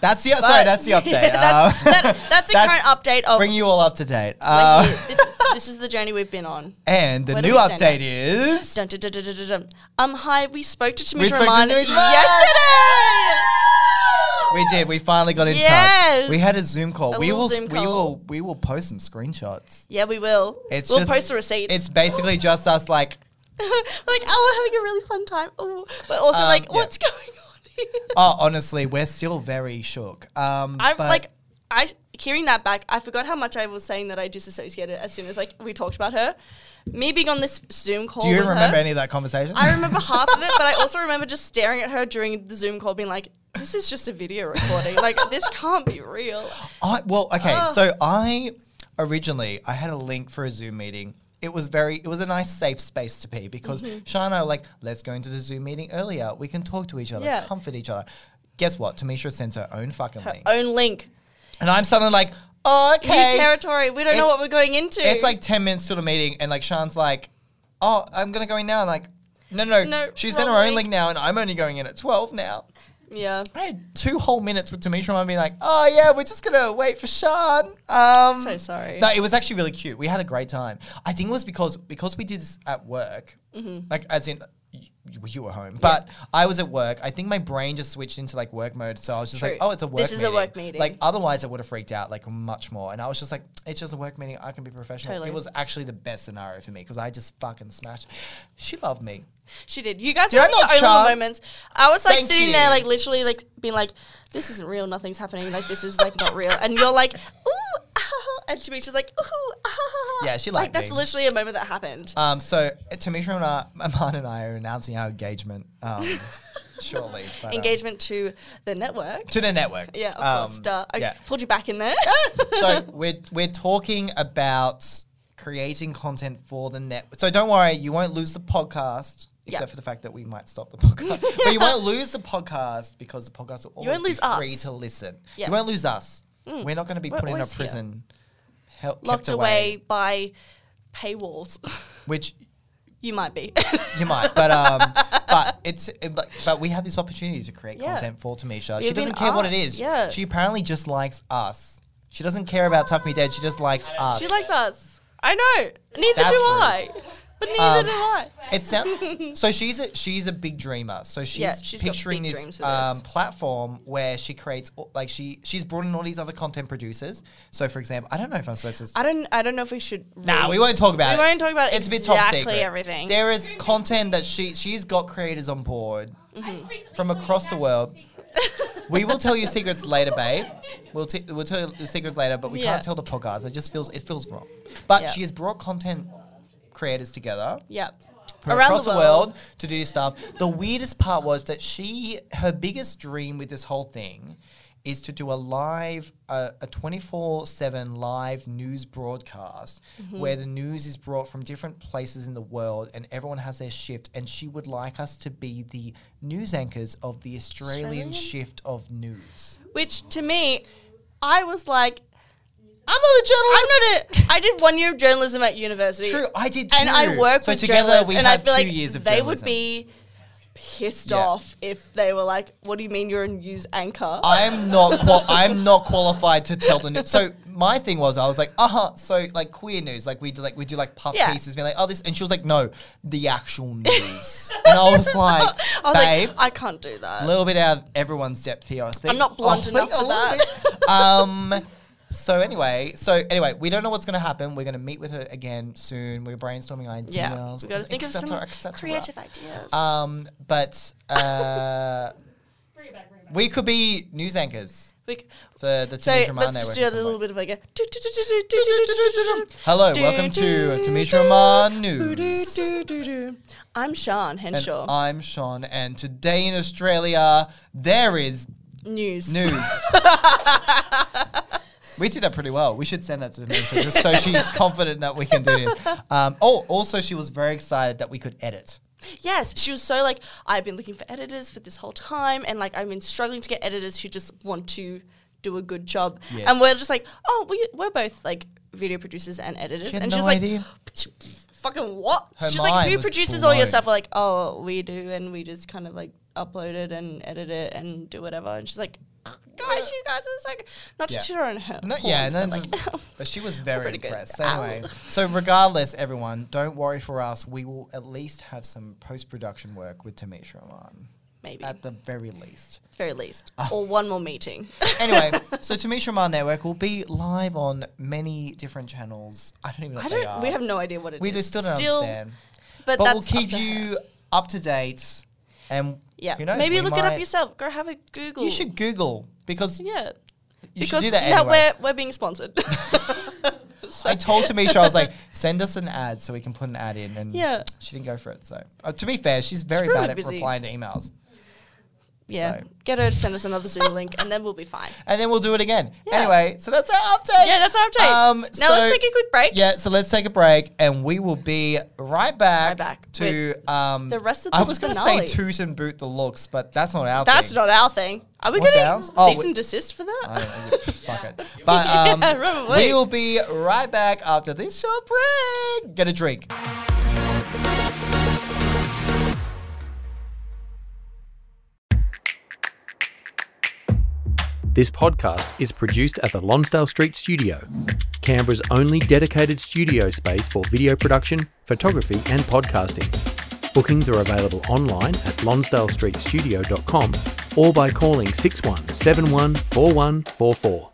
A: That's the sorry.
B: But-
A: That's the update.
B: that's,
A: Um,
B: that- that's the
A: that's-
B: current update of.
A: bring you all up to date.
B: like,
A: Uh,
B: here, this, this is the journey we've been on.
A: and the
B: Where do
A: new
B: we stand
A: update
B: now?
A: is
B: Dun, dun, dun, dun, dun, dun, dun. Um, hi, we spoke to
A: We
B: Tamisha
A: spoke to
B: Rahman
A: Tamisha Rahman!
B: yesterday.
A: we did. We finally got in touch.
B: Yes.
A: We had a Zoom call.
B: A
A: we
B: little
A: will.
B: Zoom
A: we
B: call.
A: will. We will post some screenshots.
B: Yeah, we will.
A: It's
B: we'll
A: just-
B: post the receipts.
A: It's basically just us. Like
B: We're like, oh, we're having a really fun time. Ooh. But also,
A: Um,
B: like,
A: yeah.
B: what's going on here?
A: oh, honestly, we're still very shook. Um,
B: I'm
A: but-
B: like, I hearing that back, I forgot how much I was saying that I disassociated as soon as like we talked about her. Me being on this Zoom call.
A: Do you
B: with
A: remember
B: her,
A: any of that conversation?
B: I remember half of it, but I also remember just staring at her during the Zoom call, being like, "This is just a video recording. like, this can't be real."
A: I well, okay.
B: Ugh.
A: So I originally I had a link for a Zoom meeting. It was very it was a nice safe space to be because
B: Mm-hmm.
A: Shana and I were like, let's go into the Zoom meeting earlier. We can talk to each other,
B: Yeah.
A: comfort each other. Guess what? Tamisha sends her own fucking
B: Her
A: link.
B: own link,
A: and I'm suddenly like, oh,
B: new
A: okay.
B: territory. We don't know
A: It's-
B: what we're going into.
A: It's like ten minutes to the meeting and like Sean's like, Oh, I'm gonna go in now and like no, no, no.
B: No,
A: She sent her
B: wrong
A: own
B: link.
A: link now, and I'm only going in at 12 now.
B: yeah,
A: I had two whole minutes with Tamisha and I being like, oh yeah, we're just gonna wait for Sean. Um,
B: So sorry.
A: No, it was actually really cute. We had a great time. I think it was because because we did this at work,
B: Mm-hmm.
A: like as in. y- You, you were home, but I was at work. I think my brain just switched into like work mode, so I was just like,
B: True.
A: "Oh, it's a work.
B: This is a work meeting.
A: Like otherwise, I would have freaked out like much more. And I was just like, "It's just a work meeting. I can be professional."
B: Totally.
A: It was actually the best scenario for me because I just fucking smashed. She loved me.
B: she did. You guys
A: Did I
B: were the
A: not
B: only
A: try?
B: moments. I was like
A: Thank
B: sitting
A: you.
B: there, like literally, like being like, "This isn't real. Nothing's happening. Like this is like not real." And you're like, "Ooh," ah, and Tamisha's like, "Ooh," ah,
A: Yeah, she
B: like
A: liked
B: that's
A: me.
B: literally a moment that happened.
A: Um, so uh, Tamisha and I, Aman and I are announcing our engagement um, shortly. but, um,
B: Engagement to the network.
A: to the network.
B: Yeah, of course.
A: Um,
B: Duh. I
A: yeah. Ah,
B: pulled you back in there.
A: so we're we're talking about creating content for the net. So don't worry, you won't lose the podcast.
B: Yeah.
A: except for the fact that we might stop the podcast. but you won't lose the podcast because the podcast will always
B: You won't lose
A: be free
B: us.
A: to listen.
B: Yes. Mm.
A: You won't lose us. We're not going to be
B: We're
A: put in a
B: always here.
A: prison, hel-
B: Locked
A: kept away,
B: away by paywalls.
A: which
B: you might be.
A: you might, but um, but it's it, but, but we have this opportunity to create
B: Yeah.
A: content for Tamisha. she
B: We've been
A: doesn't care what it
B: asked,
A: is.
B: yeah.
A: She apparently just likes us. She doesn't care about Tuck Me Dead. She just likes us.
B: she likes us. I know. Neither
A: That's
B: do
A: rude.
B: I. But neither
A: Um,
B: do I.
A: It sounds so. She's a, she's a big dreamer. So she's,
B: Yeah, she's got
A: picturing
B: big
A: this,
B: dreams for
A: um,
B: this.
A: platform where she creates all- like she she's brought in all these other content producers. So for example, I don't know if I'm supposed to.
B: I don't. I don't know if we should.
A: Nah,
B: read-
A: we won't talk about
B: We
A: it.
B: won't talk about
A: It's a bit top
B: exactly
A: secret.
B: everything.
A: There is content that she she's got creators on board.
B: Mm-hmm.
A: From across the world. We will tell you secrets later, babe. We'll, t- we'll tell you the secrets later, but we
B: Yeah.
A: can't tell the podcast. It just feels it feels wrong. But
B: Yeah.
A: she has brought content creators together
B: Yep.
A: from
B: Around
A: across
B: the
A: the
B: world.
A: world. to do stuff. The weirdest part was that she, her biggest dream with this whole thing is to do a live, uh, a 24 7 live news broadcast
B: Mm-hmm.
A: where the news is brought from different places in the world and everyone has their shift. And she would like us to be the news anchors of the Australian,
B: Australian?
A: shift of news.
B: Which to me, I was like,
A: I'm not a
B: I'm
A: journalist.
B: not a. I did one year of journalism at university.
A: True, I did
B: And I
A: too.
B: work
A: so
B: with
A: together
B: journalists,
A: we
B: and I
A: have
B: feel
A: two
B: like
A: years of
B: they
A: journalism.
B: would be pissed
A: Yeah.
B: off if they were like, "What do you mean you're a news anchor?"
A: I'm not qual- I'm not qualified to tell the news. So my thing was I was like, uh huh. So like queer news, like we do like we do like puff
B: Yeah.
A: pieces, being like, oh this, and she was like, no, the actual news. and I was like,
B: I was
A: babe,
B: like, I can't do
A: a
B: that.
A: little bit out of everyone's depth here. I think
B: I'm not blunt
A: I
B: enough
A: think a
B: for
A: little
B: that.
A: bit. um. So anyway, so anyway, we don't know what's going to happen. We're going to meet with her again soon. We're brainstorming ideas.
B: yeah, we got to
A: et
B: think of
A: cetera,
B: some
A: et cetera.
B: creative ideas.
A: Um, but uh,
C: Bring it back, bring it back.
A: we could be news anchors.
B: We c-
A: for the
B: so
A: Tamisha Romano
B: let's just do a
A: reference
B: little
A: somewhere.
B: bit of like a.
A: Hello, welcome to Tamisha Roman News.
B: I'm Sean
A: And
B: Henshaw.
A: I'm Sean, and today in Australia there is
B: news.
A: news. we did that pretty well. We should send that to Tamisha just so she's confident that we can do this. Um, oh, also she was very excited that we could edit.
B: Yes, she was so like, I've been looking for editors for this whole time, and like, I've been struggling to get editors who just want to do a good job.
A: Yes.
B: And we're just like, oh, we, we're both like video producers and editors.
A: She had
B: and
A: no
B: she's
A: idea.
B: like, fucking what?
A: Her
B: she's
A: mind
B: like, who
A: was
B: produces all your
A: blown.
B: stuff? We're like, oh, we do, and we just kind of like upload it and edit it and do whatever. And she's like, guys, you guys are like, not to
A: Yeah.
B: cheat her on her.
A: No, yeah,
B: horns,
A: no,
B: but,
A: just-
B: like,
A: but she was very
B: pretty good. Um,
A: impressed. So
B: Ow.
A: anyway, so regardless, everyone, don't worry for us. We will at least have some post production work with Tamisha Roman.
B: maybe,
A: At the very least.
B: very least,
A: Ah.
B: or one more meeting.
A: anyway, so Tamisha Ramar Network will be live on many different channels. I don't even know
B: I
A: what they
B: don't.
A: are.
B: We have no idea what it is.
A: we just still don't understand.
B: But,
A: But,
B: that's
A: we'll
B: up
A: keep
B: to her.
A: you up to date. And
B: Yeah.
A: who knows,
B: Maybe
A: we
B: look it up
A: might-
B: yourself. Go have a Google.
A: You should Google because you
B: Yeah.
A: should
B: because
A: do that
B: now
A: anyway.
B: we're we're being sponsored. So-
A: I told Tamisha, I was like, send us an ad so we can put an ad in. And
B: Yeah.
A: she didn't go for it. So, uh, to be fair, she's very
B: probably
A: bad at
B: busy.
A: replying to emails.
B: yeah.
A: so.
B: Get her to send us another Zoom link, and then we'll be fine.
A: And then we'll do it again.
B: Yeah.
A: Anyway, so that's our update.
B: Yeah, that's our update.
A: Um,
B: now
A: so-
B: let's take a quick break.
A: Yeah, so let's take a break and we will be right back,
B: Right back
A: to um,
B: the rest of
A: I
B: this
A: was gonna
B: finale.
A: say toot and boot the looks, but that's not our
B: That's
A: thing.
B: not our thing. Are we
A: What's
B: getting
A: ours?
B: cease
A: Oh, we-
B: and desist for that?
A: I don't know, fuck it. But um,
B: Yeah, right, wait.
A: we will be right back after this short break. Get a drink.
F: This podcast is produced at the Lonsdale Street Studio, Canberra's only dedicated studio space for video production, photography, and podcasting. Bookings are available online at lonsdalestreetstudio.com or by calling 6171 4144.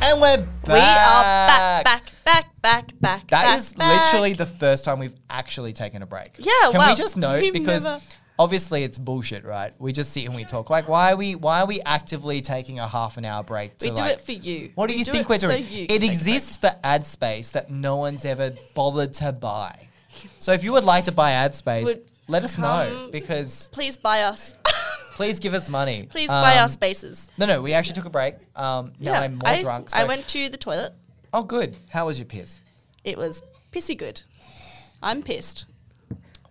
A: And we're back.
B: We are back, back, back, back, back.
A: That
B: back,
A: is
B: back.
A: literally the first time we've actually taken a break.
B: Yeah,
A: Can we
B: wow.
A: just note
B: We've
A: because
B: never-
A: obviously it's bullshit, right? We just sit and we talk. Like, why are we why are we actively taking a half an hour break? To
B: We do
A: like,
B: it for you.
A: What do
B: We
A: you
B: do
A: think
B: it
A: we're
B: so
A: doing?
B: you can
A: it
B: take a
A: exists for ad space that no one's ever bothered to buy. So if you would like to buy ad space,
B: Would
A: let us know
B: come-
A: because
B: Please buy us.
A: please give us money.
B: Please buy
A: Um,
B: our spaces.
A: No, no, we actually took a break. Um, now I'm more
B: I,
A: drunk.
B: I
A: so-
B: went to the toilet.
A: Oh, good. How was your piss?
B: It was pissy good. I'm pissed.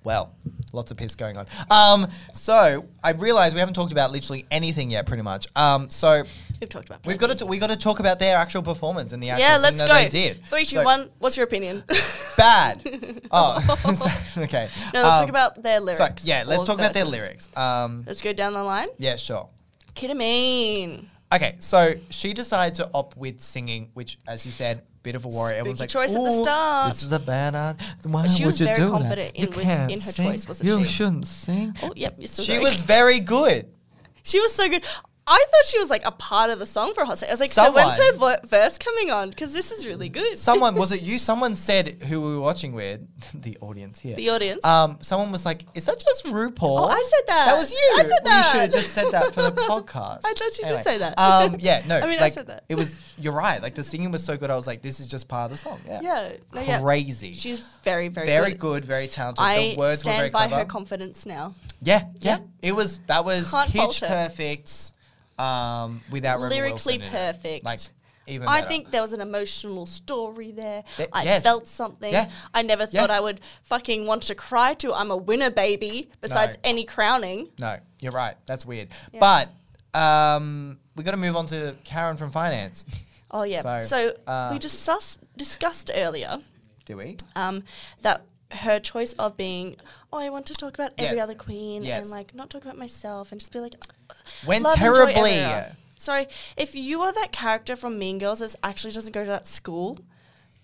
A: Well, lots of piss going on. Um, so I realised we haven't talked about literally anything yet, pretty much. Um, so
B: We've talked about.
A: we've got to t- we got to talk about their actual performance and the actual
B: yeah,
A: thing
B: let's
A: that
B: go.
A: they did.
B: Three, two,
A: So,
B: one. What's your opinion? no, let's
A: Bad. Oh, okay.
B: talk
A: Um,
B: about their
A: so,
B: lyrics.
A: yeah, let's
B: or
A: talk about their
B: verses.
A: lyrics. Um,
B: Let's go down the line.
A: yeah, sure.
B: Ketamine.
A: Okay, so she decided to opt with singing, which, as you said, bit of a worry. Everyone's
B: Spooky
A: like,
B: choice at the
A: "Ooh,
B: start."
A: This is a bad idea. Why
B: She
A: would
B: was
A: you
B: very
A: do that?
B: confident in
A: You
B: with-
A: can't
B: in her
A: sing.
B: choice, wasn't
A: You
B: she?
A: shouldn't sing.
B: Oh, yep, you're still
A: She
B: going.
A: was very good.
B: She was so good. I thought she was like a part of the song for a hot second. I was like, so when's her
A: Someone-
B: vo- verse coming on? Because this is really good.
A: Someone was it you? Someone said who we were watching with the audience here.
B: the audience.
A: Um, someone was like, "Is that just RuPaul?"
B: Oh, I said that.
A: That was you.
B: I said
A: Well, You
B: that.
A: should have just said that for the podcast.
B: I thought you did
A: Anyway,
B: say that.
A: Um, yeah, no.
B: I mean, I
A: like,
B: said that.
A: It was. You're right. Like the singing was so good. I was like, "This is just part of the song." Yeah.
B: yeah, no, yeah.
A: Crazy.
B: She's very, very,
A: very good, very talented.
B: I
A: the words
B: stand
A: were very
B: by
A: clever.
B: her confidence now.
A: yeah, yeah, It was that was
B: Can't fault
A: pitch
B: her.
A: perfect. Um, without Rebel Wilson
B: Lyrically
A: in it.
B: perfect.
A: Like even.
B: I
A: better.
B: think there was an emotional story there.
A: Th-
B: I
A: yes.
B: felt something.
A: Yeah.
B: I never
A: Yeah.
B: thought I would fucking want to cry to I'm a winner, baby, besides
A: No.
B: any crowning.
A: No, you're right. That's weird. But um, we got to move on to Karen from finance.
B: Oh, yeah.
A: So,
B: So,
A: uh,
B: we discussed, discussed earlier
A: Do we?
B: um, that her choice of being, oh, I want to talk about every
A: Yes.
B: other queen
A: Yes.
B: and like not talk about myself and just be like, "Uh,
A: Went
B: love, enjoy
A: terribly.
B: everyone. Sorry, if you are that character from Mean Girls that actually doesn't go to that school,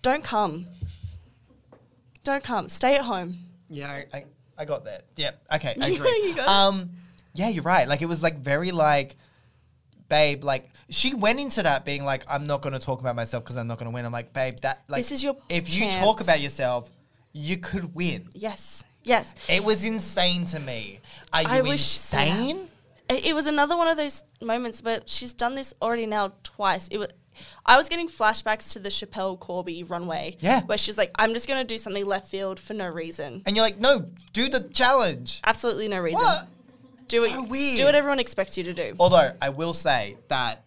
B: don't come. Don't come. Stay at home.
A: Yeah, I, I, I got that. Yeah. Okay. I
B: Yeah,
A: agree.
B: you got it.
A: um, yeah, you're right. Like it was like very like, babe. Like she went into that being like, I'm not going to talk about myself because I'm not going to win. I'm like, babe, that like
B: This is your
A: if you talk
B: chance.
A: about yourself, you could win.
B: Yes. Yes.
A: It was insane to me. Are you
B: I wish-
A: insane?
B: It, it was another one of those moments, but she's done this already now twice. It was, I was getting flashbacks to the Chappelle Corby runway.
A: Yeah.
B: Where she's like, I'm just going to do something left field for no reason.
A: And you're like, no, do the challenge.
B: Absolutely no reason.
A: What?
B: Do,
A: So
B: it,
A: weird.
B: do what everyone expects you to do.
A: Although I will say that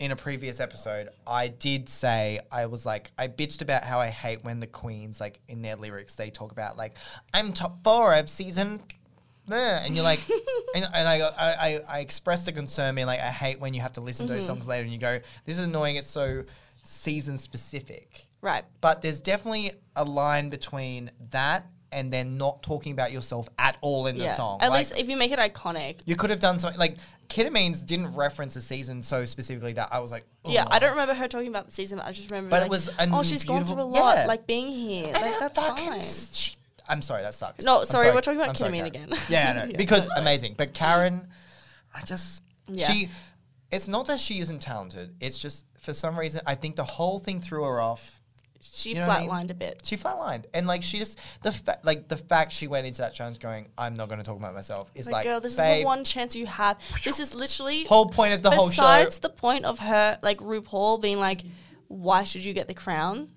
A: in a previous episode, I did say I was like I bitched about how I hate when the queens like in their lyrics they talk about like I'm top four of season, blah," and you're like, and, and I, I I I expressed a concern being like I hate when you have to listen to those
B: Mm-hmm.
A: songs later and you go this is annoying it's so season specific,
B: Right.
A: but there's definitely a line between that and then not talking about yourself at all in the
B: yeah.
A: song.
B: At
A: Like,
B: least if you make it iconic.
A: you could have done something like Ketamines didn't reference a season so specifically that I was like,
B: Yeah,
A: "Ugh."
B: I don't remember her talking about the season, but I just remember.
A: But it
B: like,
A: was an
B: oh, she's gone through a
A: beautiful-
B: lot,
A: yeah.
B: like being here.
A: And
B: like
A: I
B: that's
A: fucking
B: fine.
A: s- she- I'm sorry, that sucked.
B: No,
A: I'm
B: sorry, we're talking about Ketamine
A: Karen.
B: again.
A: Yeah, I know,
B: Yeah,
A: because amazing, but Karen, I just
B: Yeah.
A: she. It's not that she isn't talented. It's just for some reason I think the whole thing threw her off.
B: She
A: You know what I
B: flatlined
A: mean?
B: a bit.
A: She flatlined, and like she just the fa- like the fact she went into that challenge going, "I'm not going to talk about myself." Is
B: Like,
A: like,
B: girl, this is
A: babe,
B: the one chance you have. This is literally
A: whole point of the whole show.
B: besides the point of her, like RuPaul being like, "Why should you get the crown?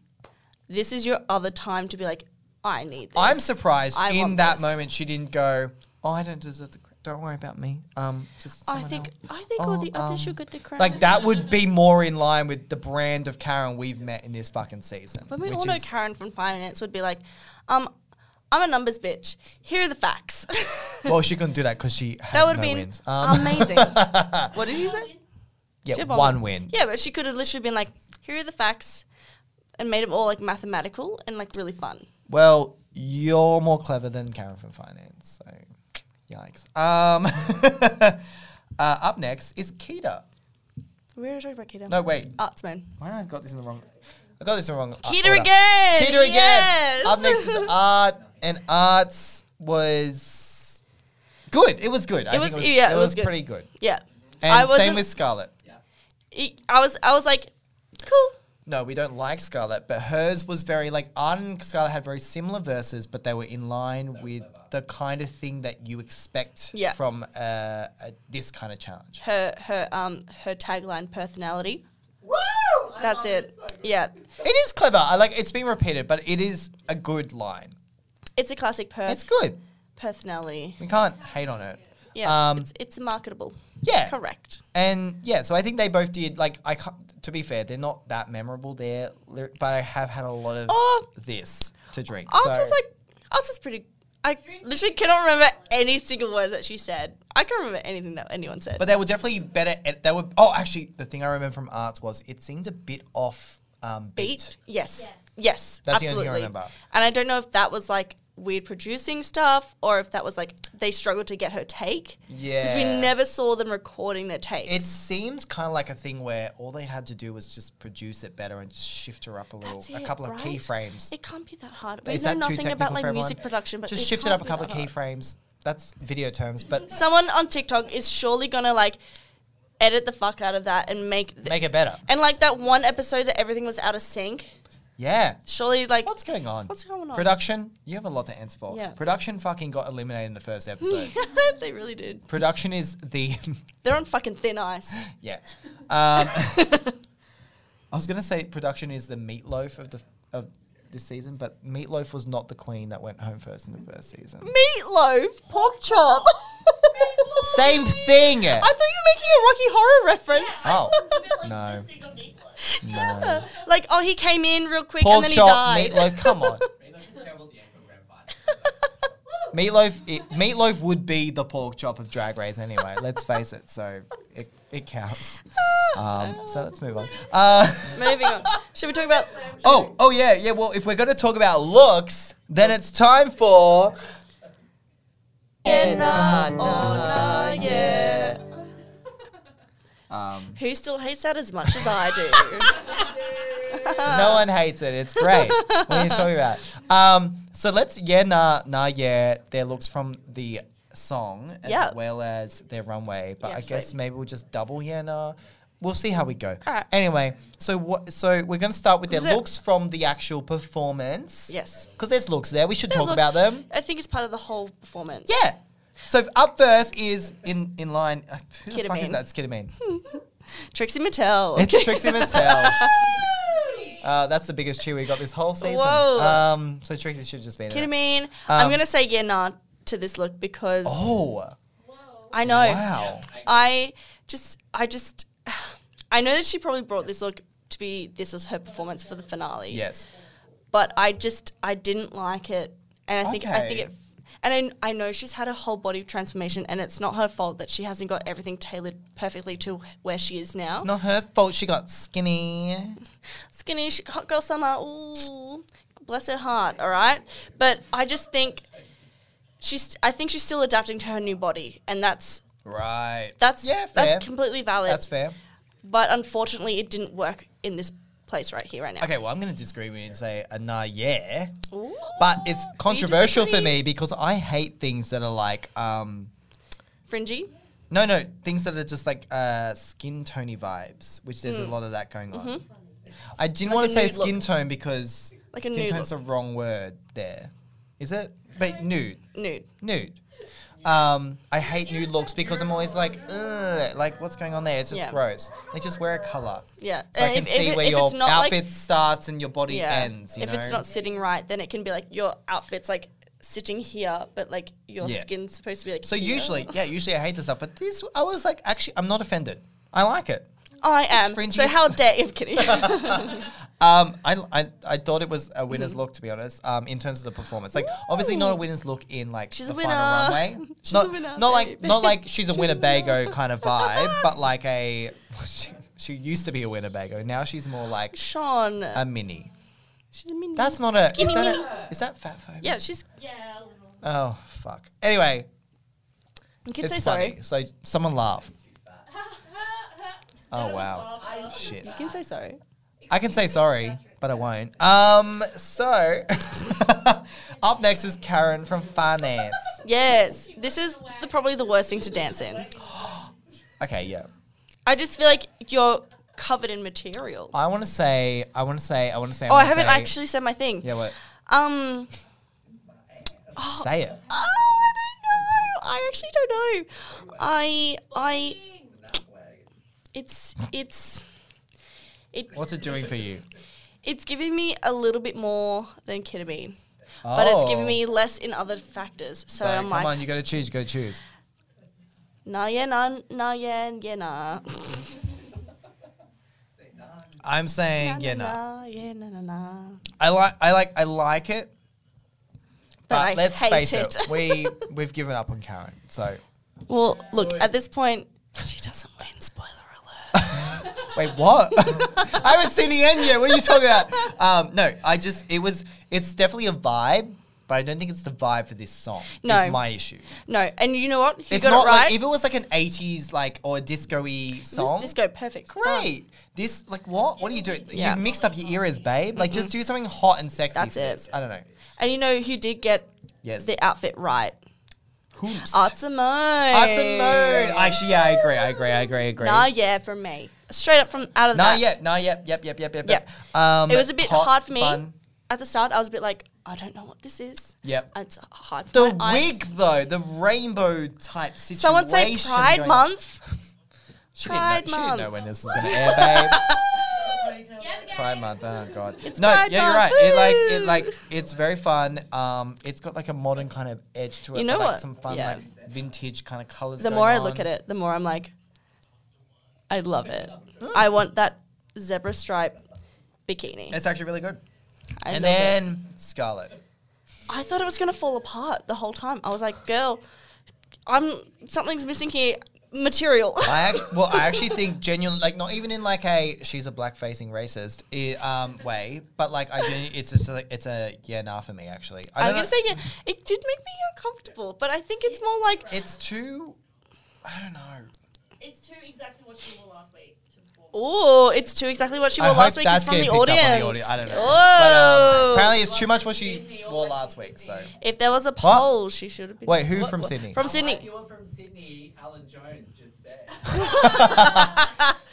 B: This is your other time to be like, I need this.
A: I'm surprised
B: I
A: in
B: want
A: that
B: this."
A: moment she didn't go. Oh, I don't deserve the. cr- Don't worry about me. Um, just
B: I
A: someone
B: think
A: else."
B: I think all
A: Oh,
B: the others
A: um,
B: should get the crown.
A: Like that would be more in line with the brand of Karen we've met in this fucking season.
B: But we
A: which
B: all know
A: is-
B: Karen from finance would be like, um, I'm a numbers bitch. Here are the facts.
A: Well, she couldn't do that because she had
B: that would
A: no
B: have been
A: wins. Um,
B: amazing. what did you say?
A: yeah,
B: She had
A: one, win.
B: Yeah, but she could have literally been like, here are the facts, and made them all like mathematical and like really fun.
A: Well, you're more clever than Karen from finance. So, yikes. Um, uh, up next is Keita.
B: We already talked about Keter.
A: No, wait.
B: Arts man.
A: Why did I got this in the wrong? I got this in the wrong. uh,
B: Keter
A: order.
B: again.
A: Peter again.
B: Yes.
A: Up next is uh, art, and arts was good. It was good. I
B: It
A: think
B: was- yeah, it was good.
A: pretty good.
B: yeah.
A: And
B: I
A: same
B: wasn't-
A: with Scarlett.
B: E- I was I was like, cool.
A: No, we don't like Scarlett, but hers was very like Art and Scarlett had very similar verses, but they were in line with the kind of thing that you expect
B: Yeah.
A: from uh, uh, this kind of challenge.
B: Her her um her tagline personality.
D: Woo! I
B: That's
D: love
B: it.
D: so good.
B: yeah.
A: It is clever. I like it's been repeated, but it is a good line.
B: It's a classic Perth
A: It's good.
B: personality.
A: We can't hate on it.
B: Yeah.
A: Um,
B: it's it's marketable.
A: Yeah.
B: Correct.
A: And yeah, so I think they both did like I can't, to be fair, they're not that memorable. There, but I have had a lot of
B: Oh.
A: this to drink.
B: Ours
A: so-
B: was like, ours was pretty. I literally cannot remember any single word that she said. I can't remember anything that anyone said.
A: But they were definitely better. At, they were. Oh, actually, the thing I remember from arts was it seemed a bit off um,
B: beat,
A: beat.
B: yes,
C: Yes.
B: yes,
A: That's the only
B: absolutely.
A: thing I remember.
B: And I don't know if that was like weird producing stuff or if that was like they struggled to get her take because we
A: Yeah.
B: never saw them recording their take.
A: It seems kind of like a thing where all they had to do was just produce it better and just shift her up a little,
B: That's
A: a
B: it,
A: couple of
B: right?
A: keyframes.
B: It can't be that hard. We
A: Is
B: know
A: that too
B: nothing
A: technical
B: about
A: for
B: like
A: everyone?
B: music production, but
A: Just
B: it
A: shift it
B: can't
A: up a
B: be
A: couple of
B: that hard.
A: keyframes. That's video terms, but
B: Someone on TikTok is surely gonna like edit the fuck out of that and make th-
A: make it better.
B: and like that one episode that everything was out of sync.
A: Yeah.
B: Surely, like
A: What's going on?
B: What's going on?
A: Production, you have a lot to answer for.
B: Yeah.
A: Production fucking got eliminated in the first episode.
B: they really did.
A: Production is the
B: They're on fucking thin ice.
A: yeah. Um, I was gonna say production is the meatloaf of the of this season, but meatloaf was not the queen that went home first in the first season.
B: Meatloaf, pork chop.
A: Same thing.
B: I thought you were making a Rocky Horror reference.
A: Oh
D: like
A: no,
D: missing a meatloaf.
A: no.
B: Like, oh, he came in real quick
A: Pork
B: and then
A: chop,
B: he died.
A: meatloaf. Come on,
G: Meatloaf is terrible at the end of Grand Final.
A: meatloaf. It, meatloaf would be the pork chop of Drag Race anyway. Let's face it. So it, it counts. Um, so let's move on. Uh,
B: Moving on. Should we talk about?
A: oh, oh yeah, yeah. Well, if we're gonna talk about looks, then it's time for
B: Yeah, nah, nah, yeah.
A: um,
B: Who still hates that as much as I do?
A: no one hates it. It's great. what are you talking about? Um, so let's yeah nah nah yeah their looks from the song as
B: Yeah.
A: well as their runway. But
B: Yeah,
A: I guess
B: sweet.
A: maybe we'll just double yeah nah. We'll see how we go.
B: Alright.
A: Anyway, so what? So we're gonna start with their
B: Was it-
A: looks from the actual performance.
B: yes.
A: Because there's looks there. We should
B: There's
A: talk
B: looks.
A: about them.
B: I think it's part of the whole performance.
A: Yeah. So f- up first is in in line. Uh, who the fuck is
B: Kidamine.
A: that? It's Kidamine.
B: Trixie Mattel.
A: It's Trixie Mattel. Uh, that's the biggest cheer we got this whole season.
B: Whoa.
A: Um, so Trixie should just be in it.
B: Ketamine.
A: Um,
B: I'm gonna say yeah nah to this look because
A: Oh,
B: I know.
A: wow.
B: I just, I just, I know that she probably brought this look to be this was her performance for the finale.
A: Yes.
B: But I just, I didn't like it, and I think, I think
A: Okay.
B: it. And I, I know she's had a whole body transformation, and it's not her fault that she hasn't got everything tailored perfectly to where she is now.
A: It's not her fault she got skinny.
B: Skinny, she, hot girl summer, ooh, bless her heart, all right? But I just think she's, I think she's still adapting to her new body, and that's,
A: Right.
B: that's,
A: Yeah, fair.
B: that's completely valid.
A: That's fair.
B: but unfortunately, it didn't work in this place right here, right now.
A: Okay, well, I'm going to disagree with you and say a nah, yeah.
B: Ooh.
A: But it's
B: Do you
A: controversial for
B: disagree?
A: me because I hate things that are like, um,
B: Fringy.
A: no, no, things that are just like uh, skin tony vibes, which there's a lot of that going on. I didn't want
B: Mm. Mm-hmm. a
A: to say
B: nude look.
A: skin tone because
B: Like a
A: skin
B: nude
A: tone's the
B: look.
A: wrong word there. Is it? But nude.
B: Nude.
A: nude. Um, I hate nude looks because I'm always like, Ugh, like what's going on there? It's just
B: Yeah.
A: gross. Like just wear a color.
B: Yeah.
A: So I can see where your outfit starts and your body
B: yeah,
A: ends. You
B: if
A: know?
B: it's not sitting right, then it can be like your outfit's like sitting here, but like your
A: Yeah.
B: skin's supposed to be like.
A: so
B: here.
A: usually, yeah, usually I hate this stuff, but this I was like, actually, I'm not offended. I like it.
B: I am.
A: fringy
B: So
A: as-
B: how dare you? I'm kidding.
A: Um, I, I, I thought it was a winner's look to be honest. Um, in terms of the performance, like obviously not a winner's look in like
B: She's
A: the
B: a
A: final
B: winner.
A: runway.
B: She's
A: not,
B: a winner,
A: not like
B: babe.
A: not like she's a Winnebago kind of vibe, but like a she, she used to be a Winnebago. Now she's more like
B: Sean.
A: a mini.
B: she's a mini.
A: Um, That's not a.
B: Skinny
A: is that
B: mini.
A: a, Is that fat phobia?
B: yeah, she's.
C: Yeah, a little.
A: Oh fuck. Anyway,
B: You can
A: it's
B: say
A: funny.
B: sorry.
A: So someone laugh. Oh wow. Shit.
B: You can say sorry.
A: I can say sorry, but I won't. Um. So, up next is Karen from finance.
B: Yes, this is the, probably the worst thing to dance in.
A: Okay. Yeah.
B: I just feel like you're covered in material.
A: I want to say. I want to say. I want to say.
B: Oh, I
A: wanna
B: haven't
A: say-
B: actually said my thing.
A: Yeah. What?
B: Um.
A: Say it.
B: Oh, I don't know. I actually don't know. I I. It's it's it
A: What's it doing for you?
B: it's giving me a little bit more than ketamine, but it's
A: Oh.
B: giving me less in other factors. So,
A: So,
B: I'm
A: come
B: like,
A: on, you gotta choose. You gotta choose.
B: nah yeah nah nah yeah yeah nah.
G: Say nah.
A: I'm saying yeah, nah.
B: nah. Yeah, nah, nah, nah.
A: I like I like I like it. But,
B: I
A: let's
B: hate
A: face it,
B: it.
A: we we've given up on Karen. So
B: Well, look, at this point, she doesn't win. Spoiler alert.
A: wait, what? I haven't seen the end yet. What are you talking about? Um, no, I just it was it's definitely a vibe, but I don't think it's the vibe for this song.
B: No.
A: is my issue.
B: No, and you know what? He
A: it's
B: got
A: not
B: it right.
A: like if it was like an '80s like or a disco-y
B: It was
A: song.
B: disco perfect. Done.
A: Great. This like what? What are you doing?
B: Yeah. Mm-hmm.
A: You mixed up your eras, babe. Like just do something hot and sexy.
B: That's
A: for
B: it.
A: this. I don't know.
B: And you know who did get
A: Yes.
B: the outfit right?
A: Who's
B: Art Simone.
A: Art Simone. Actually, yeah, I agree. I agree. I agree. I agree.
B: Nah, yeah, from me. Straight up from out of
A: Nah,
B: that.
A: yep, nah, yep, yep, yep, yep, yep,
B: Yep.
A: yep. Um,
B: It was a bit
A: hot,
B: hard for me
A: fun.
B: at the start. I was a bit like, I don't know what this is.
A: Yep.
B: It's hard for
A: The
B: my eyes.
A: wig, though, the rainbow type situation.
B: Someone say Pride
A: going-
B: Month.
A: She didn't know-
B: Pride
A: She didn't know
B: Month.
A: when this was going to air, babe.
C: Yeah, the guy.
A: Pride Month. Oh God.
B: It's
A: no,
B: Pride
A: yeah,
B: Month,
A: you're right. It
B: woo!
A: like, it like, it's very fun. Um, it's got like a modern kind of edge to it.
B: You know
A: but, like,
B: what?
A: Some fun,
B: Yeah.
A: like vintage kind of colors.
B: The more I look at it, the more I'm like, I love it.
A: Hmm.
B: I want that zebra stripe bikini.
A: it's actually really good.
B: I
A: and
B: love it.
A: then Scarlet.
B: I thought it was gonna fall apart the whole time. I was like, girl, I'm something's missing here. Material.
A: I act- well, I actually think genuine, like not even in like a she's a black facing racist i- um, way, but like I genu it's just like it's a yeah nah for me actually. I
B: I'm
A: don't
B: gonna
A: know-
B: say yeah, it did make me uncomfortable, but I think it's more like
A: it's too. I don't know.
C: It's too exactly what she wore last week to perform.
B: oh, it's too exactly what she
A: I
B: wore last
A: hope
B: week.
A: that's
B: It's from the
A: getting picked up
B: audience.
A: on the audio- I don't know. But, um,
B: Oh,
A: apparently, it's too much what she wore last week. So
B: if there was a poll, she should have been.
A: Wait, who from Sydney?
B: From
G: If
B: Sydney.
G: you were from Sydney, Alan Jones just said.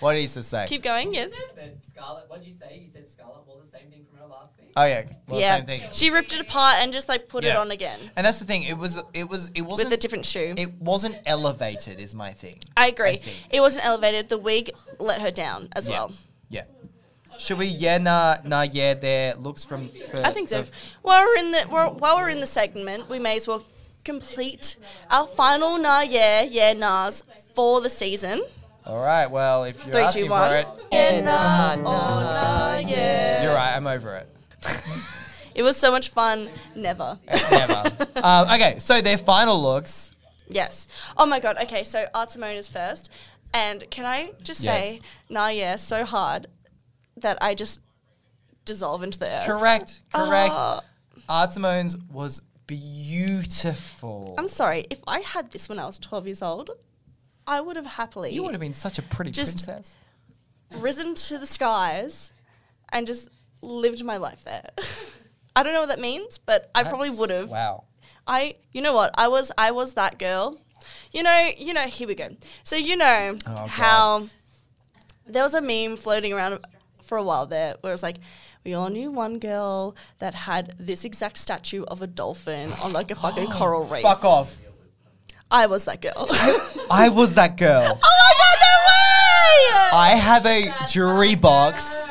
A: what did he just say?
B: Keep going. Yes.
G: that Scarlett, what did you say? You said Scarlett wore the same thing from her last thing?
A: oh yeah, well,
B: yeah.
A: same thing.
B: She ripped it apart and just like put it
A: Yeah.
B: on again
A: And that's the thing. It was it was it wasn't
B: with a different shoe.
A: it wasn't elevated is my thing.
B: I agree.
A: I think.
B: it wasn't elevated. The wig let her down as
A: Yeah.
B: well.
A: Yeah. Should we yeah nah nah yeah there looks from for-
B: I think so.
A: for-
B: While we're in the we're, while we're in the segment, we may as well complete our final nah yeah yeah nahs for the season.
A: All right. Well, if you're
B: Three,
A: asking
B: two, one.
A: for it,
B: Yeah nah, oh nah yeah.
A: You're right. I'm over it.
B: It was so much fun. Never.
A: Never. um, okay, so their final looks.
B: Yes. Oh my god. Okay, so Art Simone is first, and can I just
A: Yes.
B: say nah yeah so hard that I just dissolve into the earth.
A: Correct. Correct.
B: Oh.
A: Art Simone's was beautiful.
B: I'm sorry. If I had this when I was 12 years old, I would have happily
A: you would have been such a pretty
B: Just-
A: princess.
B: risen to the skies and just lived my life there. I don't know what that means, but I probably
A: That's-
B: would have.
A: Wow.
B: I, you know what? I was, I was that girl. You know, you know. Here we go. So you know
A: Oh, God.
B: how there was a meme floating around for a while there, where it was like, we all knew one girl that had this exact statue of a dolphin on like a fucking coral reef.
A: Fuck off.
B: I was that girl.
A: I was that girl.
B: Oh my god, no way!
A: I have a jewelry box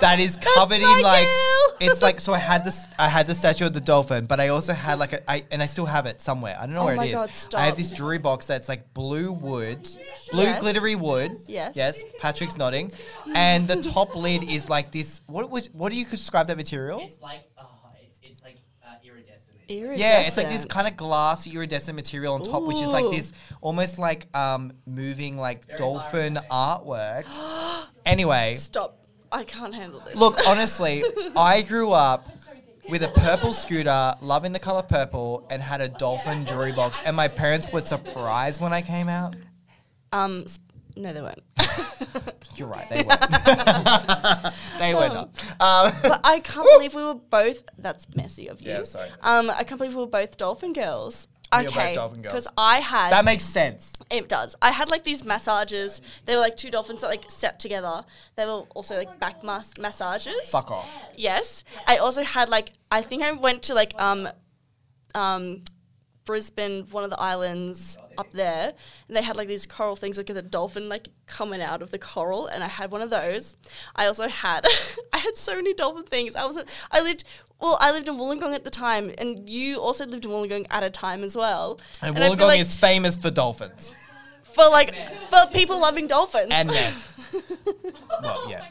A: that is covered
B: my
A: in like
B: girl.
A: it's like so I had this I had the statue of the dolphin, but I also had like a I and I still have it somewhere. I don't know
B: Oh
A: where
B: my
A: it is.
B: God,
A: I have
B: stop.
A: this jewelry box that's like blue wood, blue
B: Yes.
A: glittery wood.
B: Yes.
A: Yes. Patrick's nodding, and the top lid is like this. What would what do you describe that material?
G: It's like, oh, it's, it's like uh, iridescent.
A: Yeah, it's like this
B: Iridescent.
A: kind of glass iridescent material on top, which is like
B: Ooh.
A: this almost like um moving like
G: Very
A: dolphin artwork. anyway,
B: Stop. I can't handle this.
A: Look, honestly, I grew up with a purple scooter, loving the color purple, and had a dolphin jewelry box. And my parents were surprised when I came out.
B: Um, s- no, they weren't.
A: You're right, they were. they were not. Um,
B: but I can't believe we were both. That's messy of you.
A: Yeah, sorry.
B: Um, I can't believe we were both dolphin girls.
A: were both
B: okay,
A: dolphin girls.
B: Because I had
A: that makes sense.
B: it does. I had like these massages. They were like two dolphins that like sat together. They were also like back mas- massages.
A: Fuck off.
B: Yes. I also had like I think I went to like um um Brisbane, one of the islands up there, and they had like these coral things like the dolphin like coming out of the coral and I had one of those. I also had I had so many dolphin things. I was I lived well, I lived in Wollongong at the time and you also lived in Wollongong at a time as well.
A: And
B: I feel
A: Wollongong
B: like
A: is famous for dolphins
B: for like for people loving dolphins.
A: and meth. well, yeah.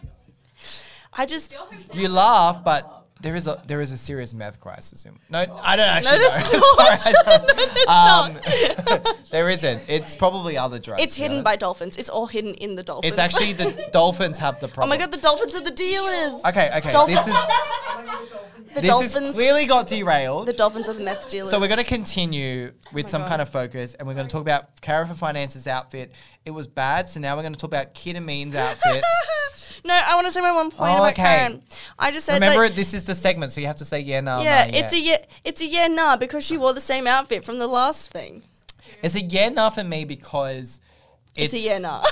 B: I just
A: You laugh, but there is a there is a serious meth crisis in. No, I don't actually.
B: no, there's
A: know.
B: not.
A: Sorry, I don't-
B: no, there's
A: Um,
B: not.
A: there isn't. It's probably other drugs.
B: It's
A: to be
B: hidden by
A: honest.
B: dolphins. It's all hidden in the dolphins.
A: It's actually the dolphins have the
B: oh
A: problem.
B: my god, the dolphins are the dealers.
A: Okay, okay.
B: Dolphin-
A: This is
B: the
A: this
B: dolphins.
A: is clearly got derailed.
B: the dolphins are the meth dealers.
A: So we're going to continue with some
B: God.
A: kind of focus, and we're going to talk about Cara for Finance's outfit. It was bad, so now we're going to talk about Kid Amin's outfit.
B: no, I want to say my one point
A: Oh,
B: about
A: okay.
B: Karen. I just said
A: Remember,
B: like,
A: this is the segment, so you have to say yeah, no, nah,
B: yeah,
A: nah,
B: it's a yeah, it's a yeah nah because she wore the same outfit from the last thing.
A: it's a yeah, nah for me because it's,
B: It's, a yeah nah.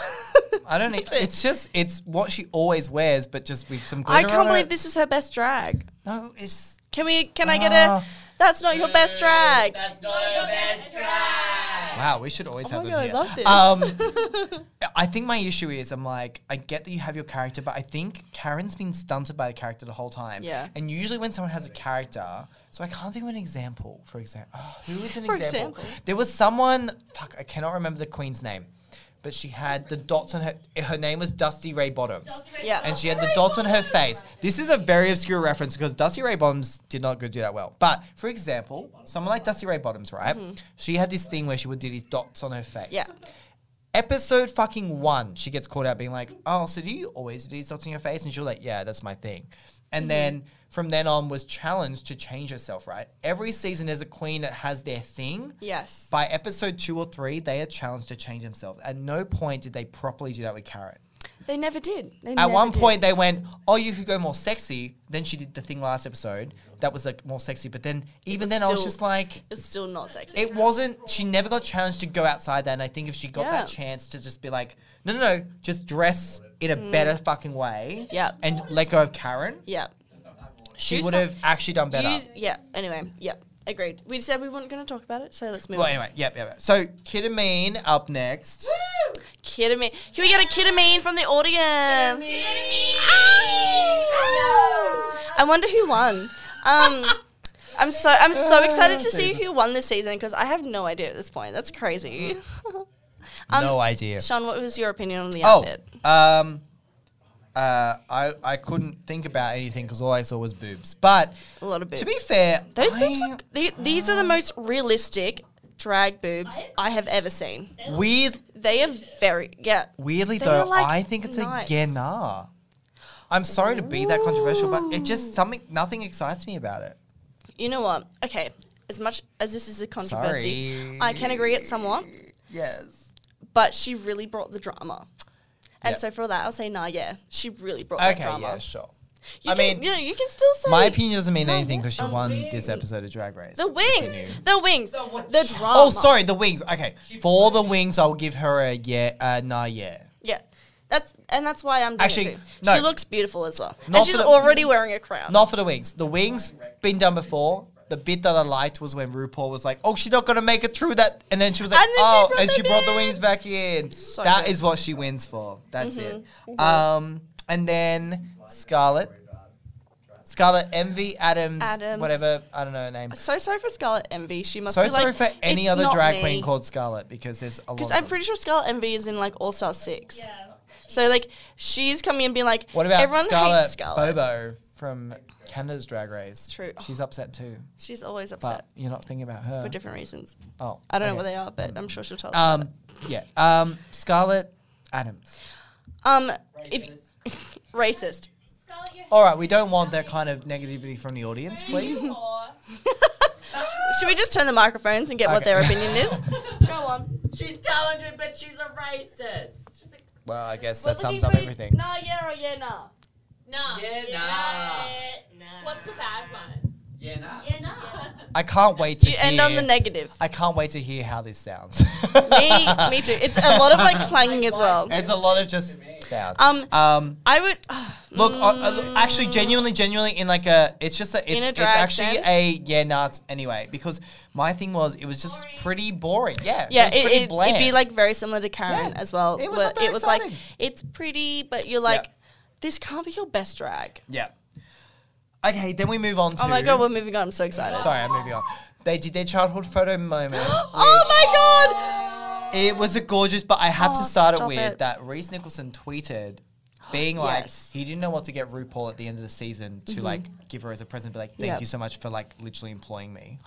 A: I don't. It's, it's just it's what she always wears, but just with some.
B: I
A: Glitter on
B: can't believe
A: it.
B: this is her best drag.
A: No, it's
B: Can we? Can I get a?
A: Ah.
B: That's not your best drag.
G: That's not your best drag.
A: wow. We should always
B: Oh
A: have
B: my
A: them
B: God, I
A: here.
B: love this.
A: Um, I think my issue is I'm like I get that you have your character, but I think Karen's been stunted by the character the whole time.
B: Yeah.
A: And usually when someone has a character, so I can't think of an example. For example, who was an
B: For
A: example?
B: example.
A: There was someone. Fuck, I cannot remember the queen's name, but she had the dots on her. Her name was Dusty Ray Bottoms.
B: Yeah.
A: and she had the dots on her face. This is a very obscure reference because Dusty Ray Bottoms did not go do that well. But for example, someone like Dusty Ray Bottoms, right? She had this thing where she would do these dots on her face.
B: Yeah.
A: Episode fucking one, she gets called out being like, "Oh, so do you always do these dots on your face?" And she was like, "Yeah, that's my thing." And then from then on was challenged to change herself. Right? Every season there's a queen that has their thing.
B: Yes.
A: By episode two or three, they are challenged to change themselves. At no point did they properly do that with Karen.
B: They never did. They
A: At
B: never
A: one
B: did.
A: point, they went, "Oh, you could go more sexy." Then she did the thing last episode that was like more sexy. But then, even
B: was
A: then, I was
B: still-
A: just like,
B: it's still not sexy.
A: "It wasn't." She never got challenged to go outside that. And I think if she got that
B: Yeah.
A: chance to just be like, "No, no, no, just dress in a
B: Mm.
A: better fucking way,"
B: Yeah.
A: and let go of Karen,
B: yeah.
A: she
B: Do
A: would
B: some-
A: have actually done better.
B: You- yeah. Anyway. Yeah. Agreed. We said we weren't going to talk about it, so let's move
A: well,
B: on.
A: anyway, yep, yep. yep. So, Kidamine up next.
B: Ketamine. Can we get a ketamine from the audience? I wonder who won. Um, I'm so I'm so excited to see who won this season because I have no idea at this point. That's crazy. Um,
A: Mm-hmm. no idea.
B: Sean, what was your opinion on the
A: Oh,
B: outfit?
A: um, uh, I I couldn't think about anything because all I saw was boobs, but.
B: A lot of boobs.
A: To be um, fair,
B: Those
A: I-
B: boobs. Are, they, these are the most realistic drag boobs I have ever seen.
A: weird,
B: They are very yeah.
A: weirdly
B: They
A: though,
B: are, like,
A: I think it's
B: nice.
A: a Gennar. I'm sorry to be that controversial, but it just something nothing excites me about it.
B: You know what? Okay. As much as this is a controversy,
A: Sorry.
B: I can agree it somewhat.
A: Yes.
B: but she really brought the drama. And
A: Yep.
B: so for that, I'll say nah, yeah, she really brought
A: Okay.
B: that drama.
A: Yeah. Sure.
B: You
A: I
B: can,
A: mean,
B: you know, you can still say
A: my opinion doesn't mean
B: No,
A: anything
B: what
A: because she
B: the
A: won
B: wings?
A: this episode of Drag Race.
B: the
A: which we
B: wings,
A: knew.
B: the wings,
G: The wings.
B: the drama.
A: Oh, sorry, the wings. Okay, for the wings, I will give her a yeah, uh, nah, yeah.
B: Yeah, that's and that's why I'm doing
A: Actually,
B: it too.
A: no.
B: She looks beautiful as well,
A: Not
B: and she's
A: for the-
B: already wearing a crown.
A: Not for the wings. The wings been done before. The bit that I liked was when RuPaul was like, "Oh, she's not gonna make it through that," and then she was like,
B: And then she
A: "Oh,"
B: brought
A: and she
B: them
A: brought the
B: in.
A: wings back in. That is
B: So good. Mm-hmm.
A: what she wins for. That's it. Um, and then Scarlett, Scarlett Envy Adams,
B: Adams.
A: whatever I don't know her name.
B: so sorry for Scarlet Envy. She must
A: So
B: be
A: sorry
B: like
A: for any
B: "It's
A: other
B: not
A: drag
B: me."
A: queen called Scarlett because there's a lot.
B: Because
A: Of
B: I'm
A: them.
B: pretty sure Scarlet Envy is in like All Star Six. So like she's coming and being like,
A: what about
B: everyone
A: Scarlett
B: hates Scarlet?
A: Bobo from Canada's Drag Race?
B: True. Oh,
A: she's upset too,
B: She's always
A: but
B: upset
A: you're not thinking about her.
B: for different reasons.
A: oh,
B: I don't know
A: okay.
B: what they are, but I'm sure she'll tell us. about it.
A: Um, yeah. Um, Scarlett Adams.
B: Um, if racist.
A: All right, we don't want that kind of negativity from the audience, Oh, please.
B: Should we just turn the microphones and get what
A: Okay.
B: their opinion is? Go on.
G: She's talented, but she's a racist.
A: well, I guess
B: We're
A: that sums
B: looking
A: up
B: for-
A: everything.
B: Nah, yeah, or yeah, nah.
D: Nah.
G: Yeah, nah.
D: What's the bad one?
G: Yeah, nah.
D: Yeah, nah.
A: I can't wait to
B: You
A: hear.
B: end on the negative.
A: I can't wait to hear how this sounds.
B: me, me too. It's a lot of like clanging as well.
A: It's a lot of just sound.
B: Um,
A: Um,
B: I would. Mm.
A: look, uh, uh, look, actually, genuinely, genuinely, in like a, it's just a, it's,
B: a
A: it's
B: drag
A: actually
B: sense?
A: a yeah, nah, anyway, because my thing was it was just pretty boring. Yeah, it,
B: yeah,
A: was
B: it,
A: pretty
B: it,
A: bland.
B: would be like very similar to Karen
A: Yeah.
B: as well.
A: It was
B: where
A: not that
B: it was like
A: exciting.
B: it's pretty, but you're like, this can't be your best drag.
A: yeah. Okay, then we move on to.
B: Oh my god, we're moving on. I'm so excited.
A: Sorry, I'm moving on. They did their childhood photo moment.
B: Oh my god.
A: It was a gorgeous, but I have
B: Oh,
A: to start it
B: stop
A: with
B: it.
A: that Reese Nicholson tweeted being like
B: Yes. Mm-hmm.
A: he didn't know what to get RuPaul at the end of the season to like give her as a present, but like thank
B: Yep.
A: you so much for like literally employing me.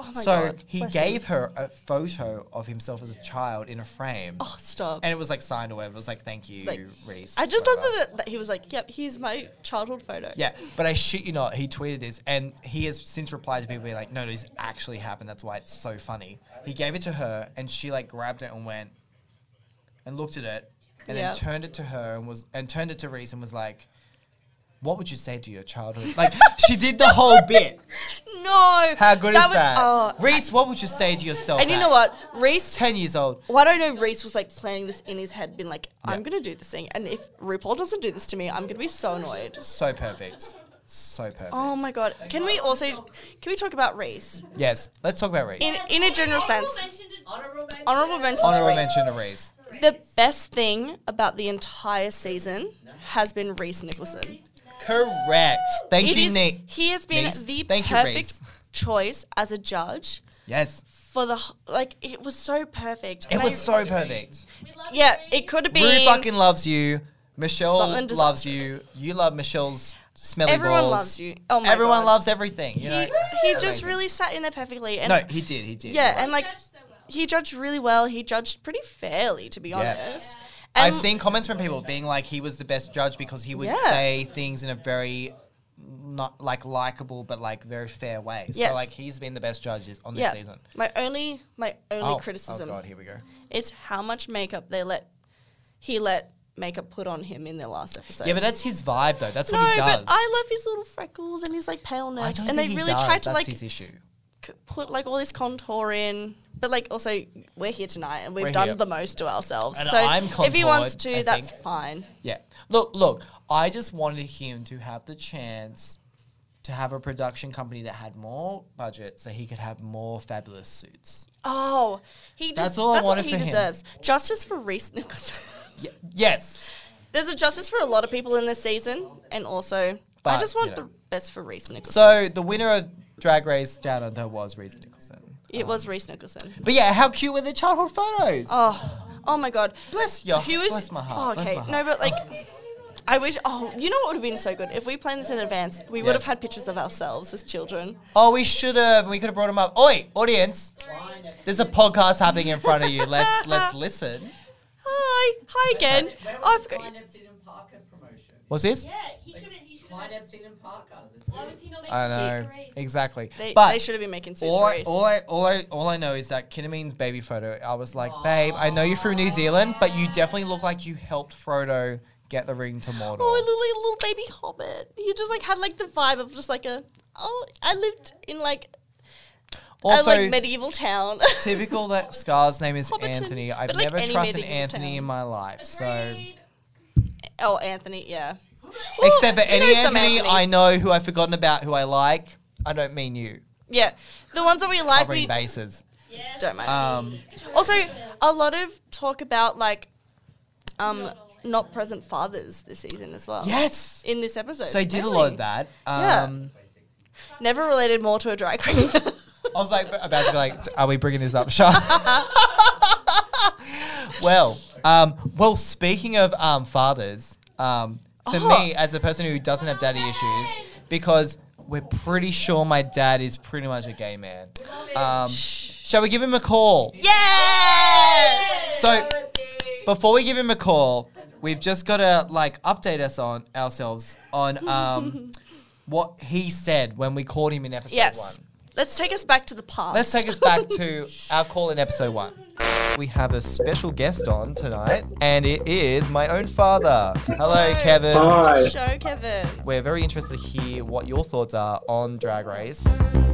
B: Oh my
A: so
B: God,
A: he
B: bless him.
A: gave her a photo of himself as a child in a frame,
B: Oh, stop.
A: and it was like signed away. It was like thank you,
B: Like,
A: Reese.
B: I just love
A: whatever."
B: that, that he was like, yep, here's my childhood photo.
A: Yeah, but I shit you not, he tweeted this, and he has since replied to people being like, "No, this actually happened. That's why it's so funny." He gave it to her, and she like grabbed it and went, and looked at it, and
B: Yeah.
A: then turned it to her and was and turned it to Reese and was like, "What would you say to your childhood?" Like she did the whole bit.
B: No.
A: How good is
B: was-
A: that,
B: Oh,
A: Reese? What would you say to yourself?
B: and you
A: at
B: know what? Reese,
A: Ten years old.
B: why don't know Reese was like planning this in his head, being like, I'm
A: Yeah.
B: going to do this thing. And if RuPaul doesn't do this to me, I'm going to be so annoyed.
A: So perfect. So perfect.
B: Oh my God. Can we also, can we talk about Reese?
A: yes. Let's talk about Reese.
B: In, in a general sense,
G: Honorable mention.
B: honorable mention to
A: Honorable
B: Reese.
A: mention to Reese.
B: The best thing about the entire season has been Reese Nicholson.
A: Correct. Thank
B: It
A: you,
B: is-
A: Nick.
B: He has been
A: Niece.
B: the
A: Thank you,
B: perfect
A: Reese.
B: choice as a judge
A: Yes.
B: for the h- like. It was so perfect.
A: It
B: And
A: was
B: I-
A: so perfect.
B: yeah. It could have
A: Rue
B: been
A: fucking loves you. Michelle
B: Something
A: loves you. You love Michelle's smelly
B: everyone
A: balls.
B: loves you. Oh my
A: Everyone
B: God.
A: loves everything. You know.
B: He, he just
A: Amazing.
B: really sat in there perfectly, and
A: No, he did. He did.
B: yeah,
A: You're right.
B: and like he judged really well. He judged pretty fairly, to be honest. And
A: I've seen comments from people being like he was the best judge because he would
B: Yeah.
A: say things in a very not like likable but like very fair way.
B: Yes.
A: So like he's been the best judge is- on this
B: yeah.
A: season.
B: My only my only
A: oh,
B: criticism
A: Oh god, here we go.
B: is how much makeup they let he let makeup put on him in their last episode.
A: Yeah, but that's his vibe though. That's
B: no,
A: what he does.
B: but I love his little freckles and his like
A: I
B: paleness,
A: don't think
B: and they
A: he
B: really
A: does.
B: tried to
A: that's
B: like
A: his issue.
B: c- put like all this contour in. But like also, we're here tonight and we've
A: We're
B: done
A: here.
B: the most to ourselves.
A: And
B: so
A: I'm
B: if he wants
A: contoured,
B: to,
A: I
B: that's
A: think.
B: fine.
A: Yeah. Look, look, I just wanted him to have the chance to have a production company that had more budget so he could have more fabulous suits.
B: Oh, he just,
A: That's
B: that's
A: all I wanted
B: what he
A: for him.
B: deserves. Justice for Reese Nicholson.
A: Y- yes.
B: There's a justice for a lot of people in this season, and also
A: But,
B: I just
A: you
B: want
A: know.
B: the best for Reese Nicholson.
A: So the winner of Drag Race Down Under was Reese Nicholson.
B: it was
A: um,
B: Reese Nicholson.
A: But yeah, how cute were the childhood photos?
B: Oh, oh my God.
A: bless your
B: He was
A: bless my heart.
B: Oh, okay,
A: bless my
B: no,
A: heart.
B: but like, I wish. Oh, you know what would have been so good if we planned this in advance? We would have
A: Yes.
B: had pictures of ourselves as children.
A: Oh, we should have. We could have brought him up. Oi, audience. There's a podcast happening in front of you. Let's let's listen.
B: Hi, hi again.
G: Where
B: Oh, I
G: was the
B: forgot.
G: Klein Epstein and Parker promotion?
A: What's this?
C: Yeah, he should have. He should
G: Klein
C: have.
G: Epstein and Parker. The
C: Why was he
G: series.
C: not making
A: I know
C: Keith Reese?
A: exactly.
B: They,
A: but
B: they should have been making Sue's
A: all I,
B: Reese.
A: all I all I all I know is that Kinnamine's baby photo. I was like, babe, I know you're from New Zealand, but you definitely look like you helped Frodo get the ring to Mordor.
B: Oh, a little, little baby hobbit. He just like had like the vibe of just like a oh, I lived in like
A: also,
B: a like medieval town.
A: typical that Scar's name is
B: Hobbiton,
A: Anthony. I've
B: but, like,
A: never
B: any
A: trusted
B: medieval
A: Anthony
B: town.
A: in my life. So,
B: oh, Anthony, yeah.
A: except for
B: you know
A: any
B: some
A: Anthony I
B: Anthonys.
A: know who I've forgotten about, who I like. I don't mean you.
B: Yeah, the ones that we like,
A: Covering
B: we
A: bases.
B: don't mind.
A: Um,
B: Also, a lot of talk about like um not present fathers this season as well.
A: yes.
B: In this episode.
A: So I did a
B: actually.
A: lot of that.
B: Yeah.
A: Um,
B: Never related more to a drag queen.
A: I was like about to be like, are we bringing this up, Sean? well, um, well, speaking of um, fathers, um, for
B: Oh.
A: me as a person who doesn't have daddy issues, because we're pretty sure my dad is pretty much a gay man. Um, shall we give him a call?
B: yes!
A: So before we give him a call, we've just got to like update us on ourselves on um, what he said when we called him in episode
B: Yes.
A: one.
B: Let's take us back to the past.
A: Let's take us back to our call in episode one. We have a special guest on tonight, and it is my own father. Hello,
B: Hello.
A: Kevin.
H: Hi.
B: show, Kevin.
A: We're very interested to hear what your thoughts are on Drag Race.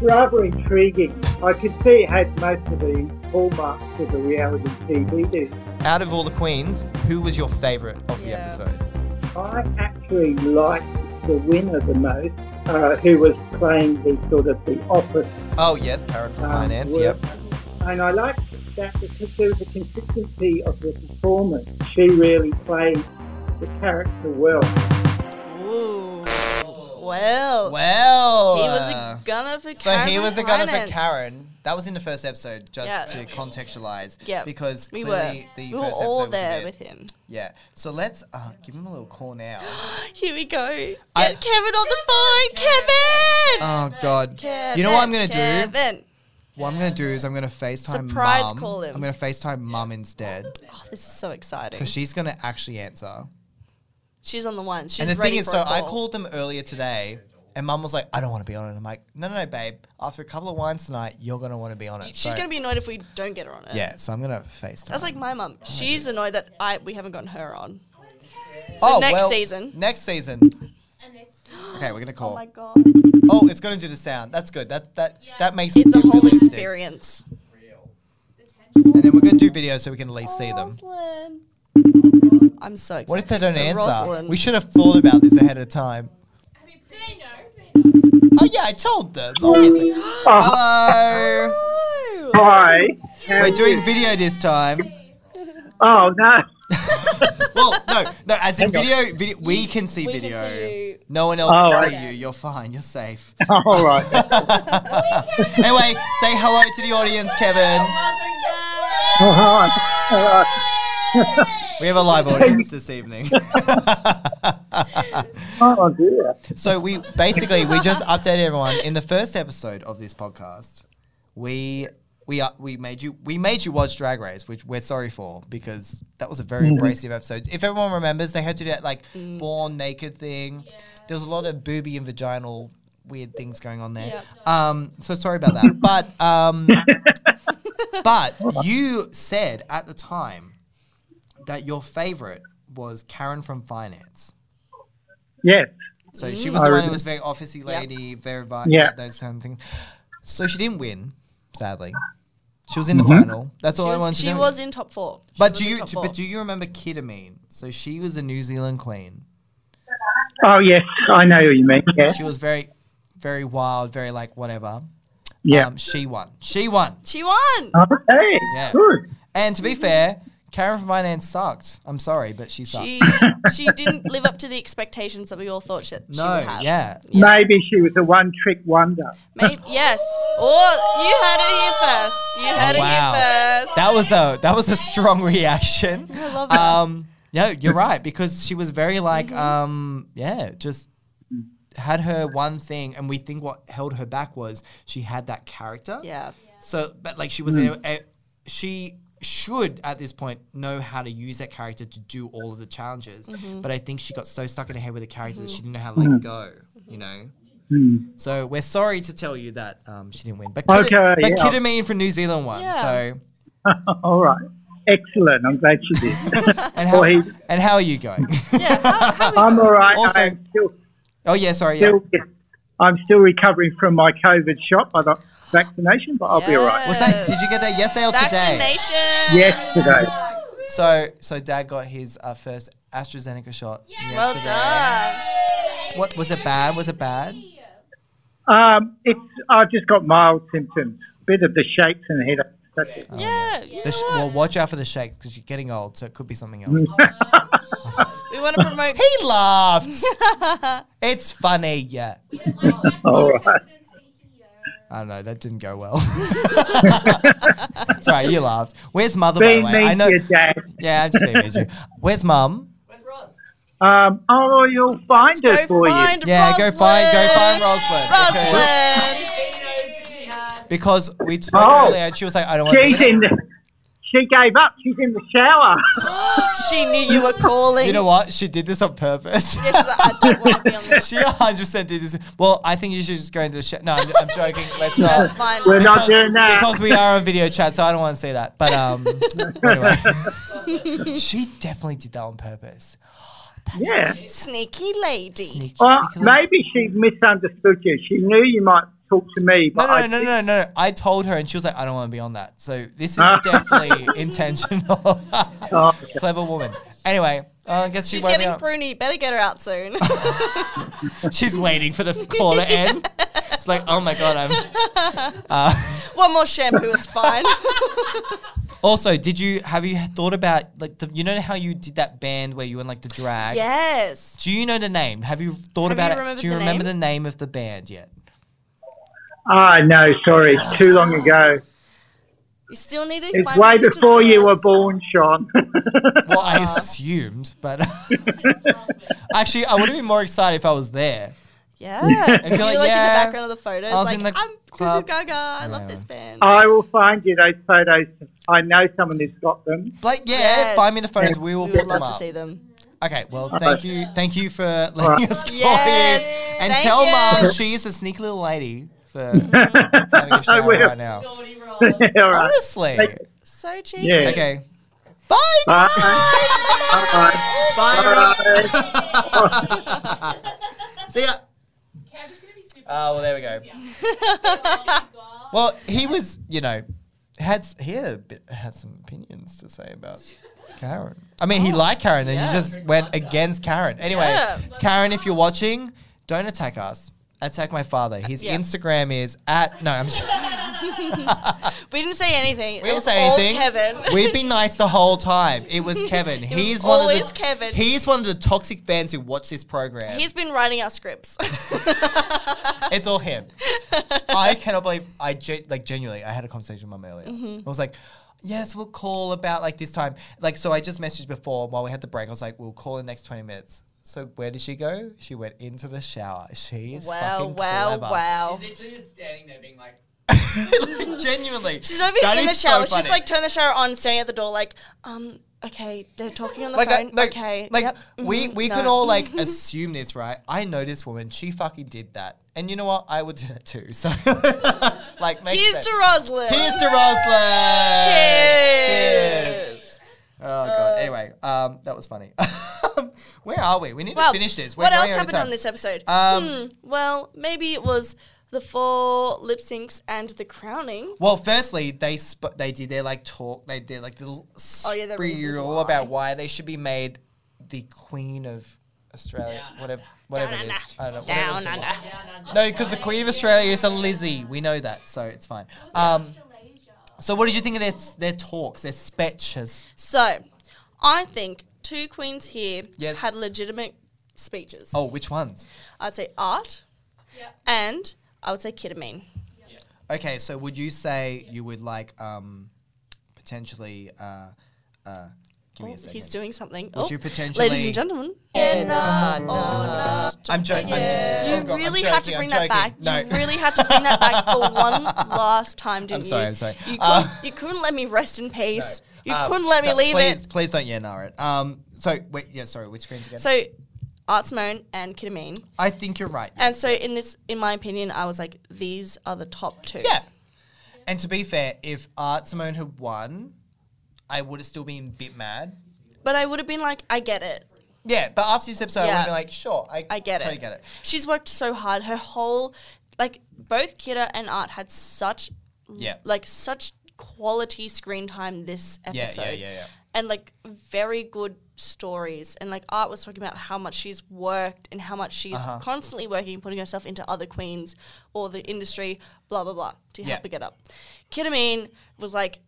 H: rather intriguing. I could see it had most of the hallmarks of the reality TV. do.
A: Out of all the queens, who was your favourite of the
B: Yeah.
A: episode?
H: I actually liked the winner the most, uh, who was playing the sort of the office
A: Oh yes, Karen from
H: um,
A: Finance.
H: work.
A: Yep.
H: And I liked that because there was a consistency of the performance. She really played the character well.
B: Ooh. Well,
A: Well,
B: he was a gunner for
A: so
B: Karen.
A: he was a gunner for
B: Finance.
A: Karen. That was in the first episode, just
B: Yeah.
A: to contextualize.
B: Yeah.
A: Because
B: We were.
A: clearly the
B: We
A: first
B: were
A: episode
B: all
A: was a
B: there
A: bit-
B: with him.
A: Yeah. So let's uh, give him a little call now.
B: Here we go. Get
A: I-
B: Kevin on the phone, Kevin!
A: oh God.
B: Kevin!
A: you know what I'm gonna do?
B: Kevin!
A: What I'm gonna do is I'm gonna FaceTime
B: Surprise
A: mum.
B: call him.
A: I'm gonna FaceTime mum instead
B: Oh, this is so exciting.
A: because she's gonna actually answer.
B: She's on the one. She's
A: and the
B: ready
A: thing is,
B: for
A: so
B: a
A: I
B: call.
A: called them earlier today, and mum was like, "I don't want to be on it." I'm like, "No, no, no, babe. After a couple of wines tonight, you're gonna want to be on it."
B: She's
A: So-
B: gonna be annoyed if we don't get her on it.
A: Yeah. Oh So I'm gonna FaceTime.
B: That's like my mum. She's annoyed that I we haven't gotten her on.
A: oh,
B: next season.
A: Next season. Okay, we're gonna call.
B: Oh my god.
A: Oh, it's gonna do the sound. That's good. That that that makes
B: It's a
A: it
B: whole
A: realistic.
B: experience.
A: And then we're gonna do videos so we can at least see them.
B: Oh, Rosalind. I'm so excited.
A: What if they don't answer?
B: Rosalind.
A: We should have thought about this ahead of time.
I: Do they know?
A: Oh yeah, I told them. Obviously.
H: Uh-huh.
A: Hello.
B: No.
H: Hi.
A: We're doing video this time.
H: Oh no.
A: Well, no, no. As in
H: Hang
A: video, video we can see
B: We can
A: video.
B: see you.
A: No one else can
H: Oh,
A: see
H: right.
A: you. You're fine. You're safe.
H: All right.
A: anyway, say hello to the audience, Kevin.
H: All right. All right.
A: We have a live audience this evening.
H: Oh dear.
A: So we basically we just updated everyone in the first episode of this podcast. We we uh, we made you we made you watch Drag Race, which we're sorry for because that was a very abrasive episode. If everyone remembers, they had to do that like born naked thing. There was a lot of booby and vaginal weird things going on there. Um, so sorry about that, but um, but you said at the time that your favorite was Karen from Finance.
H: Yes.
A: So
B: Mm.
A: she was
H: I
A: the one
H: read
A: who
H: it.
A: was very officey lady, very violent,
H: Yeah.
A: those kind of things. So she didn't win, sadly. She was in the
H: Mm-hmm.
A: final. That's all
B: She
A: I want
B: was,
A: to
B: she
A: know.
B: was in top four. She
A: but
B: was
A: do
B: in
A: you
B: top
A: do-
B: four.
A: but do you remember Kidamine? So she was a New Zealand queen.
H: Oh yes. I know who you mean. Yeah.
A: She um, was very, very wild, very like whatever.
H: Yeah.
A: Um, she won. She won.
B: She won.
A: Oh,
H: okay.
A: Yeah.
H: Good.
A: And to
B: Mm-hmm.
A: be fair, Karen from Finance sucked. I'm sorry, but she sucked.
B: She she didn't live up to the expectations that we all thought she, she
A: no,
B: would have.
A: yeah.
H: Maybe she was a one-trick wonder.
B: Maybe, yes. Oh, you heard it here first. You heard
A: Oh, Wow.
B: it here first.
A: That was a that was a strong reaction.
B: I love that. Mm-hmm.
A: um no you're right because she was very like um yeah just had her one thing and we think what held her back was she had that character
B: yeah.
A: so but like she was
H: Mm.
A: a, a- she should at this point know how to use that character to do all of the challenges
B: Mm-hmm.
A: but i think she got so stuck in her head with the character that she didn't know how to
H: Mm.
A: let go you know so we're sorry to tell you that um, she didn't win but, Kid-
H: Okay,
A: but
H: yeah.
A: Kidamine from new zealand won
B: Yeah.
A: so
H: All right. Excellent. I'm glad she did.
A: and how,
H: Well, he-
A: and how are you going
B: Yeah. How, how we-
H: I'm all right.
A: Also-
H: I'm still,
A: oh yeah sorry yeah.
H: still, I'm still recovering from my COVID shot, by the vaccination, but I'll be all right.
A: Was that? Did you get that yesterday or today?
B: Vaccination.
H: Yes, today.
A: So, so Dad got his uh, first AstraZeneca shot
B: Well
A: yesterday.
B: done.
A: What was it bad? Was it bad?
H: Um, it's I've just got mild symptoms, bit of the shakes and headaches. That's it.
A: Oh,
B: Yeah. you
A: The
B: know
A: sh-
B: what?
A: well, watch out for the shakes because you're getting old, so it could be something else.
B: we want to promote.
A: he laughed. it's funny, yeah.
H: All right.
A: I don't know. That didn't go well. Sorry, you laughed. Where's mother?
H: Be
A: by the way, I
H: mean
A: know.
H: to your dad.
A: Yeah, I'm just being mean to you. Where's mum?
H: Um, oh, you'll find
B: Go
H: it for
B: find
A: Yeah, go find, go find
B: Rosalind.
A: Rosalind. because-
B: Rosalind.
A: Because, we spoke
H: Oh.
A: earlier, and she was like, I don't want
H: you.
A: to.
H: She's in. The, she gave up. She's in the shower.
B: She knew you were calling.
A: You know what? She did this on purpose.
B: Yeah, she's like, I don't want to be on this.
A: She 100% did this. Well, I think you should just go into the show. No, I'm, I'm joking. Let's not.
B: That's fine.
H: We're not doing that.
A: Because we are on video chat, so I don't want to say that. But um, anyway. she definitely did that on purpose.
H: yeah.
B: Sneaky lady.
A: Sneaky,
H: Well,
A: sneaky little-
H: maybe she misunderstood you. She knew you might talk to me,
A: no,
H: but
A: no, no,
H: I
A: no,
H: think-
A: no, no. I told her, and she was like, "I don't want to be on that." So this is
H: Ah.
A: definitely intentional.
H: Oh,
A: Clever woman. Anyway, uh, I guess she
B: She's
A: won't be
B: getting
A: on-
B: pruny. Better get her out soon.
A: She's waiting for the f- call to end. It's like, oh my god, I'm. Uh,
B: One more shampoo, it's fine.
A: Also, did you have you thought about like the, you know how you did that band where you were in like the drag?
B: yes.
A: Do you know the name? Have you thought
B: Have
A: about
B: you
A: it?
B: remembered
A: Do you
B: the
A: remember
B: name?
A: the name of the band yet?
H: Ah, no, sorry, it's too long ago.
B: You still need to
H: It's
B: find some
H: way
B: pictures
H: before
B: for
H: you were
B: us.
H: born, Sean.
A: Well, I assumed, but actually, I would have been more excited if I was there.
B: Yeah. you're like,
A: you're like,
B: in the
A: yeah,
B: background of the photos,
A: I was
B: like
A: in the
B: I'm Goo Goo
A: club."
B: Gaga, I love
A: Yeah.
B: this band.
H: I will find you those photos. I know someone who's got them.
A: Like, yeah,
B: Yes.
A: find me the photos. We will
B: we
A: pick
B: would love
A: them up.
B: to see them.
A: Okay, well, thank you, thank you for letting us call
B: Yes,
A: you, and
B: thank
A: tell
B: you.
A: mom she's a sneaky little lady for having a
H: I
A: shower
H: will.
A: right now.
J: Naughty roll.
H: All right.
A: Honestly,
H: Thank
B: So cheeky.
H: Yeah.
A: okay, bye.
H: Bye.
A: Bye.
H: Bye.
A: Rob. See ya.
C: Cam's gonna be super.
A: Oh well, there we go. Well, he was, you know, had s- he had, a bit, had some opinions to say about Karen. I mean, he liked Karen, and
B: Oh, Yeah.
A: he just went against Karen. Anyway,
B: Yeah.
A: Karen, if you're watching, don't attack us. Attack my father. His
B: Yeah.
A: Instagram is at no. I'm just,
B: We didn't say anything.
A: we
B: It
A: didn't
B: was
A: say
B: all
A: anything.
B: Kevin.
A: We've been nice the whole time. It was Kevin.
B: was
A: he's one of
B: always
A: the
B: Kevin.
A: he's one of the toxic fans who watch this program.
B: He's been writing our scripts.
A: It's all him. I cannot believe I gen- like genuinely. I had a conversation with mum earlier. I
B: Mm-hmm.
A: was like, "Yes, we'll call about like this time." Like, so I just messaged before while we had the break. I was like, "We'll call in the next twenty minutes." So where did she go? She went into the shower. She is
B: wow,
A: fucking
B: wow,
A: clever.
B: wow.
G: She's literally just standing there being like,
A: Like, genuinely,
B: She's not even
A: That
B: in the
A: is so
B: shower. She's
A: funny.
B: like, turn the shower on, standing at the door, like, um, okay, they're talking on the
A: Like, I-
B: phone.
A: like,
B: okay,
A: like
B: yep,
A: we
B: mhm,
A: we
B: no.
A: can all like assume this, right? I know this woman. She fucking did that, and you know what? I would do that too. So, like, makes
B: Here's
A: sense.
B: to Roslyn.
A: Here's to Rosalind.
B: Cheers. Uh,
A: Cheers. Oh god. Anyway, um, that was funny. Where are we? We need
B: Wow.
A: to finish this. We're
B: what
A: going
B: else
A: over
B: happened
A: time.
B: on this episode?
A: Um,
B: Hmm, well, maybe it was the four lip syncs and the crowning.
A: Well, firstly, they sp- they did their like talk. They did like little
B: Oh, yeah, the reasons
A: spiel
B: why.
A: about why they should be made the queen of Australia. whatever, whatever it is. I don't know. whatever
B: Down
A: the thing
B: under.
A: was. No, because the queen of Australia is a Lizzie. We know that, so it's fine. Um, so, what did you think of their their talks, their speeches?
B: So, I think two queens here
A: Yes.
B: had legitimate speeches.
A: Oh, which ones?
B: I'd say art, and I would say ketamine.
A: Okay, so would you say you would like um, potentially? Uh, uh, give me
B: Oh,
A: a second.
B: he's doing something.
A: Would
B: Oh,
A: you potentially?
B: ladies and gentlemen.
A: I'm joking. I'm,
B: You
A: oh God, I'm
B: really
A: joking,
B: had to
A: I'm
B: bring that back.
A: joking. No.
B: You really had to bring that back for one last time, didn't
A: sorry,
B: you?
A: I'm sorry.
B: You couldn't,
A: Uh,
B: you couldn't let me rest in peace. You
A: Um,
B: couldn't let me
A: no,
B: leave
A: please,
B: it.
A: Please don't yeah nar it. Um, so wait, yeah, sorry. Which screens again?
B: So, arts moan and ketamine.
A: I think you're right.
B: And so, in this, in my opinion, I was like, these are the top two.
A: Yeah. And to be fair, if Art Simone had won, I would have still been a bit mad.
B: But I would have been like, I get it.
A: Yeah, but after this episode, I would
B: Yeah.
A: have been like, sure, I,
B: I get
A: totally
B: it.
A: get it.
B: She's worked so hard. Her whole, like, both Kira and Art had such,
A: Yeah.
B: like, such quality screen time this
A: Yeah,
B: episode.
A: yeah, yeah, yeah.
B: and like very good stories and like art was talking about how much she's worked and how much she's
A: Uh-huh.
B: constantly working putting herself into other queens or the industry blah blah blah to
A: Yeah.
B: help her get up ketamine was like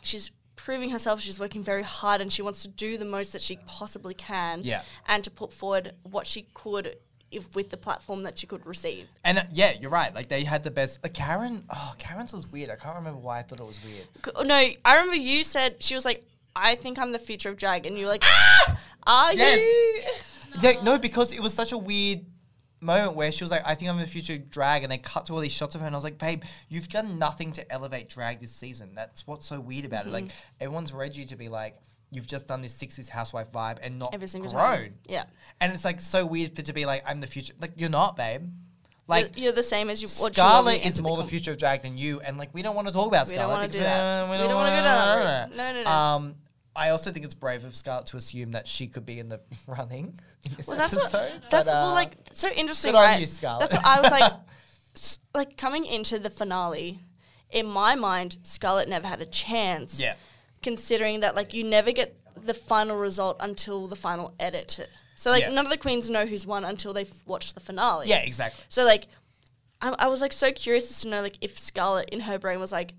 B: she's proving herself she's working very hard and she wants to do the most that she possibly can
A: Yeah.
B: and to put forward what she could if with the platform that she could receive
A: And uh, yeah, you're right. Like they had the best. Like Karen, oh, Karen's was weird. I can't remember why I thought it was weird.
B: G- oh, No, I remember you said she was like, "I think I'm the future of drag," and you were like, "Are
A: Ah! Yes.
B: you?"
A: No, no, because it was such a weird moment where she was like, I think I'm the future drag, and they cut to all these shots of her, and I was like, babe, you've done nothing to elevate drag this season. That's what's so weird about it. Like,
B: Mm-hmm.
A: everyone's read you to be like, you've just done this 60s housewife vibe and not
B: Every single
A: grown.
B: time. Yeah,
A: And it's like so weird for to be like, I'm the future. Like, you're not, babe. Like,
B: you're, you're the same as you. what you were when you
A: Scarlett is
B: entered
A: more the
B: com-
A: future of drag than you, and like we don't want to talk about
B: We don't wanna
A: Scarlett.
B: do
A: because,
B: that.
A: uh,
B: We don't wanna go down that route. No, no, no.
A: Um, I also think it's brave of Scarlett to assume that she could be in the running. In this
B: Well, that's what.
A: episode,
B: That's
A: but,
B: well,
A: uh,
B: like so interesting,
A: good on
B: right?
A: you, Scarlett.
B: That's what I was like, s- like coming into the finale. In my mind, Scarlett never had a chance.
A: uh, yeah,
B: Considering that, like, you never get the final result until the final edit. So, like,
A: Yeah.
B: none of the queens know who's won until they've watched the finale.
A: yeah, exactly.
B: So like, I, I was like so curious as to know like if Scarlett in her brain was like,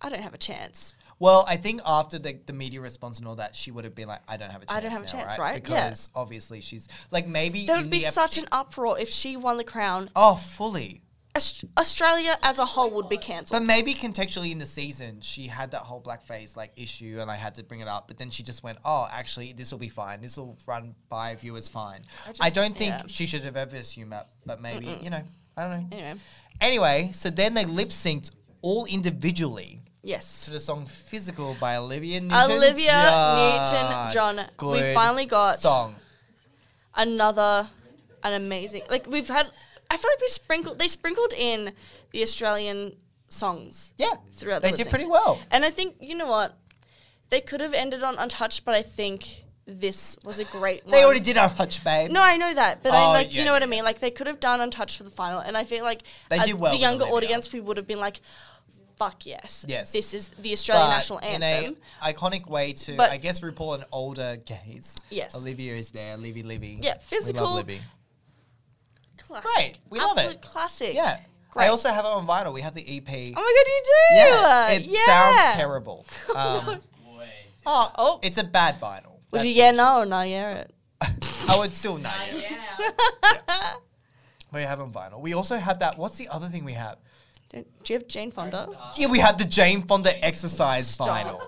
B: I don't have a chance.
A: Well, I think after the, the media response and all that, she would have been like, I don't have a chance.
B: I don't have a
A: now,
B: chance,
A: right?
B: right? Yeah.
A: Because obviously she's like maybe
B: There
A: in
B: would be
A: the ep-
B: such an uproar if she won the crown.
A: oh fully.
B: Aus- Australia as a whole would be cancelled.
A: But maybe contextually in the season, she had that whole blackface like issue, and I had to bring it up. But then she just went, "Oh, actually, this will be fine. This will run by viewers fine." I,
B: just-
A: don't think
B: yeah.
A: she should have ever assumed that, but maybe you know, I don't know.
B: Anyway,
A: Anyway, so then they lip synced all individually to
B: yes.
A: the song "Physical" by Olivia Newton.
B: Olivia Newton-John. We finally got-
A: song.
B: Another, an amazing. Like we've had, I feel like we sprinkled. They sprinkled in the Australian songs.
A: Yeah,
B: throughout.
A: they
B: the
A: did
B: lip
A: pretty
B: syncs.
A: well.
B: And I think you know what, they could have ended on untouched, but I think this was a great.
A: They
B: one.
A: already did our Hutch Babe.
B: No, I know that, but
A: Oh,
B: I, like
A: yeah,
B: you know what
A: yeah,
B: I mean. Like they could have done untouched for the final, and I feel like
A: They
B: as
A: did well
B: the
A: with
B: younger
A: Olivia.
B: audience, we would have been like, "Fuck yes,
A: Yes.
B: this is the Australian
A: but
B: national anthem."
A: In a iconic way to,
B: But-
A: I guess, RuPaul an older gaze.
B: Yes.
A: Olivia is there. Livy, Livy. We
B: Yeah,
A: love
B: physical-
A: Livy.
B: classic,
A: Great. We love
B: Absolute
A: it.
B: classic.
A: Yeah.
B: e- Great.
A: I also have it on vinyl. We have the EP.
B: Oh my god, you do.
A: yeah. It
B: Yeah.
A: sounds terrible. Um, oh,
B: Oh.
A: it's a bad vinyl.
B: Would
A: That's
B: you yeah
A: it.
B: no or no yeah it?
A: I would still know. yeah. Yeah. We have it on vinyl. We also have that. What's the other thing we have?
B: Don't, do you have Jane Fonda?
A: Yeah, we had the Jane Fonda exercise
B: Stop.
A: vinyl.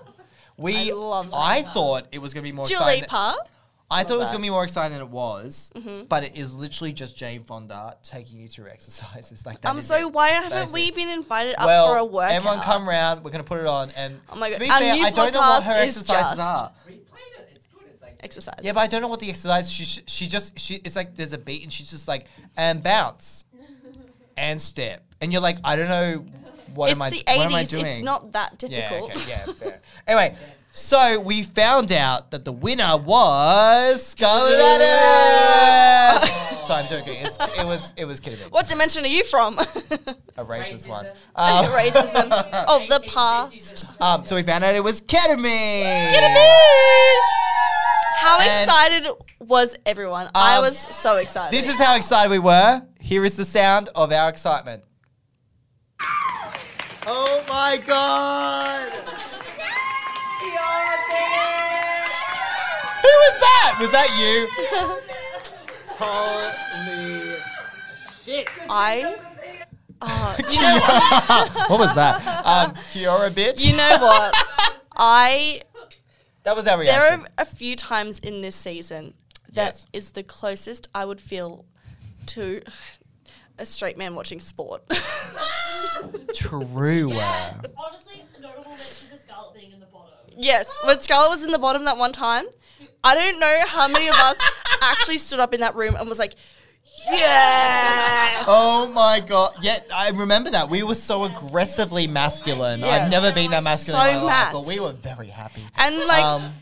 A: We,
B: I love that.
A: I thought it was going to be more
B: Julie
A: exciting.
B: Parr.
A: I thought it was
B: that.
A: gonna be more exciting than it was,
B: Mm-hmm.
A: but it is literally just Jane Fonda taking you through exercises like that.
B: I'm
A: is
B: sorry,
A: it.
B: why
A: That
B: haven't
A: is
B: we
A: it.
B: been invited up
A: well,
B: for a workout?
A: Everyone come round. We're gonna put it on, and
B: Oh my
A: to
B: God,
A: be
B: our
A: fair,
B: new
A: I don't know what
B: podcast
A: her
B: is
A: exercises
B: just-
A: are.
G: We played it. It's good. It's like
B: Exercise.
A: Yeah, but I don't know what the exercise. She sh- she just she it's like there's a beat, and she's just like and bounce, and step, and you're like I don't know what
B: it's
A: am I
B: the
A: what am I doing?
B: It's not that difficult.
A: Yeah, okay, yeah, fair. anyway, so we found out that the winner was Scarlett Adams. so I'm joking. It's, it was it was kidding.
B: What dimension are you from?
A: A racist one.
B: Your
A: Um,
B: racism of the past.
A: um, so we found out it was ketamine.
B: How
A: And-
B: excited was everyone? I
A: Um,
B: was so excited.
A: This is how excited we were. Here is the sound of our excitement. Oh my god! Who was that? Was that you? Holy shit!
B: I. Oh,
A: what was that? Um, Kiora, bitch.
B: you know what? I.
A: that was our
B: There
A: reaction.
B: are a few times in this season that is
A: Yes.
B: the closest I would feel to a straight man watching sport.
A: True.
C: Honestly, notable mention for Scarlet being in the bottom.
B: yes, when Scarlett was in the bottom that one time, I don't know how many of us actually stood up in that room and was like, yes!
A: Oh my god! Yeah, I remember that. We were so aggressively masculine.
B: Yes.
A: I've never been that masculine in
B: So
A: my life, but
B: masked.
A: we were very happy.
B: And like,
A: Um,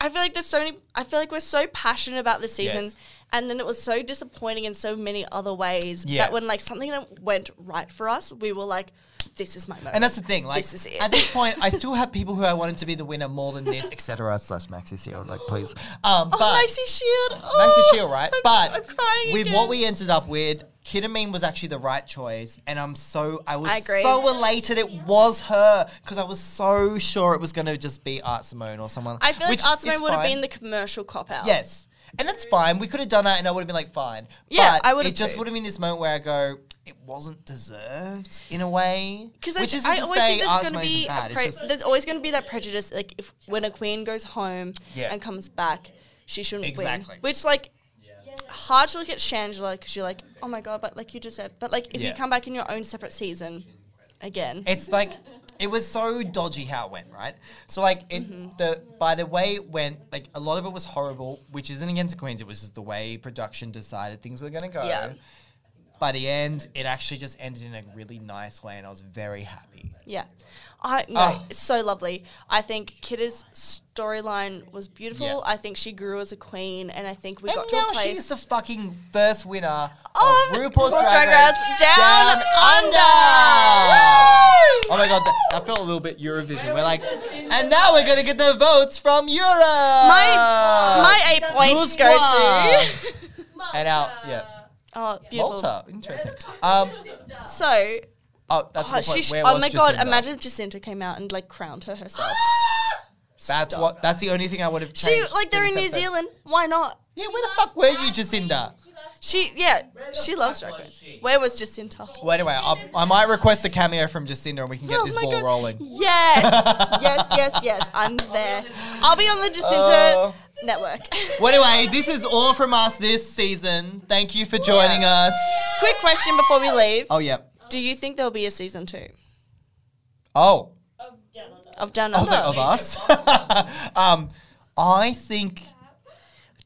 B: I feel like there's so many. I feel like we're so passionate about this season,
A: Yes.
B: and then it was so disappointing in so many other ways.
A: Yeah.
B: That when like something that went right for us, we were like, "This is my moment."
A: and uh, that's the thing. Like
B: This is it.
A: at this point, I still have people who I wanted to be the winner more than this, etc. Slash Maxi Seal, like please. Um,
B: oh,
A: but
B: Maxi Shield.
A: Maxi
B: Oh,
A: Shield, right?
B: I'm-
A: but
B: I'm crying
A: with
B: again.
A: what we ended up with, ketamine was actually the right choice, and I'm so I was
B: I agree.
A: so elated it was her because I was so sure it was going to just be Art Simone or someone.
B: I feel
A: which
B: like Art
A: is
B: Simone would have
A: fine.
B: been the commercial cop out.
A: Yes. And that's fine. We could have done that and I would have been like, fine.
B: Yeah,
A: but
B: I would've
A: It just
B: too.
A: would have been this moment where I go, it wasn't deserved in a way.
B: Because
A: Which isn't
B: I,
A: to
B: always
A: say
B: think there's
A: Art
B: going to
A: Simone's
B: be
A: bad.
B: a
A: It's
B: pre-
A: just-
B: there's always going to be that prejudice like if when a queen goes home
A: Yeah.
B: and comes back, she shouldn't
A: Exactly.
B: win. Which like hard to look at Shangela because you're like, oh my god, but like you deserve. But like if
A: Yeah.
B: you come back in your own separate season, again,
A: It's like it was so dodgy how it went, right? So like it
B: Mm-hmm.
A: the by the way it went, like a lot of it was horrible, which isn't against the Queens, it was just the way production decided things were gonna go.
B: Yeah.
A: By the end, it actually just ended in a really nice way and I was very happy.
B: yeah, I no,
A: Ah.
B: it's so lovely. I think Kidda's storyline was beautiful.
A: Yeah.
B: I think she grew as a queen, and I think we
A: And
B: got to
A: now
B: a place.
A: she's the fucking first winner of
B: Of
A: RuPaul's,
B: RuPaul's
A: Drag
B: Drag
A: Race
B: Race
A: Down
B: Down
A: Under.
B: Under.
A: Oh my god, that, that felt a little bit Eurovision. We're like, and now we're gonna get the votes from Europe.
B: my my eight points
A: Goose
B: Ah. go
A: one.
B: to.
A: and out, yeah,
B: Oh, beautiful.
A: Malta. Interesting. Um,
B: So
A: oh, that's
B: Oh,
A: my
B: she
A: point.
B: sh-
A: Where
B: oh
A: was
B: my god!
A: Jacinda?
B: Imagine if Jacinta came out and like crowned her herself.
A: That's
B: Stop.
A: what. That's the only thing I would have
B: She
A: changed.
B: like they're
A: for
B: in
A: this
B: New
A: episode.
B: Zealand. Why not?
A: Yeah, where the fuck were you, Jacinda?
B: She, yeah, she loves Drag Race. Where was Jacinta?
A: Well, anyway, I'll, I might request a cameo from Jacinda and we can get this ball rolling.
B: Oh Yes, yes, yes, yes. I'm there. I'll be on the Jacinta
A: Oh.
B: network.
A: Well, anyway, this is all from us this season. Thank you for joining us.
B: Quick question before we leave.
A: Oh, yeah.
B: Do you think there'll be a season two?
A: Oh,
B: I've done
A: also of uh, us. um, I think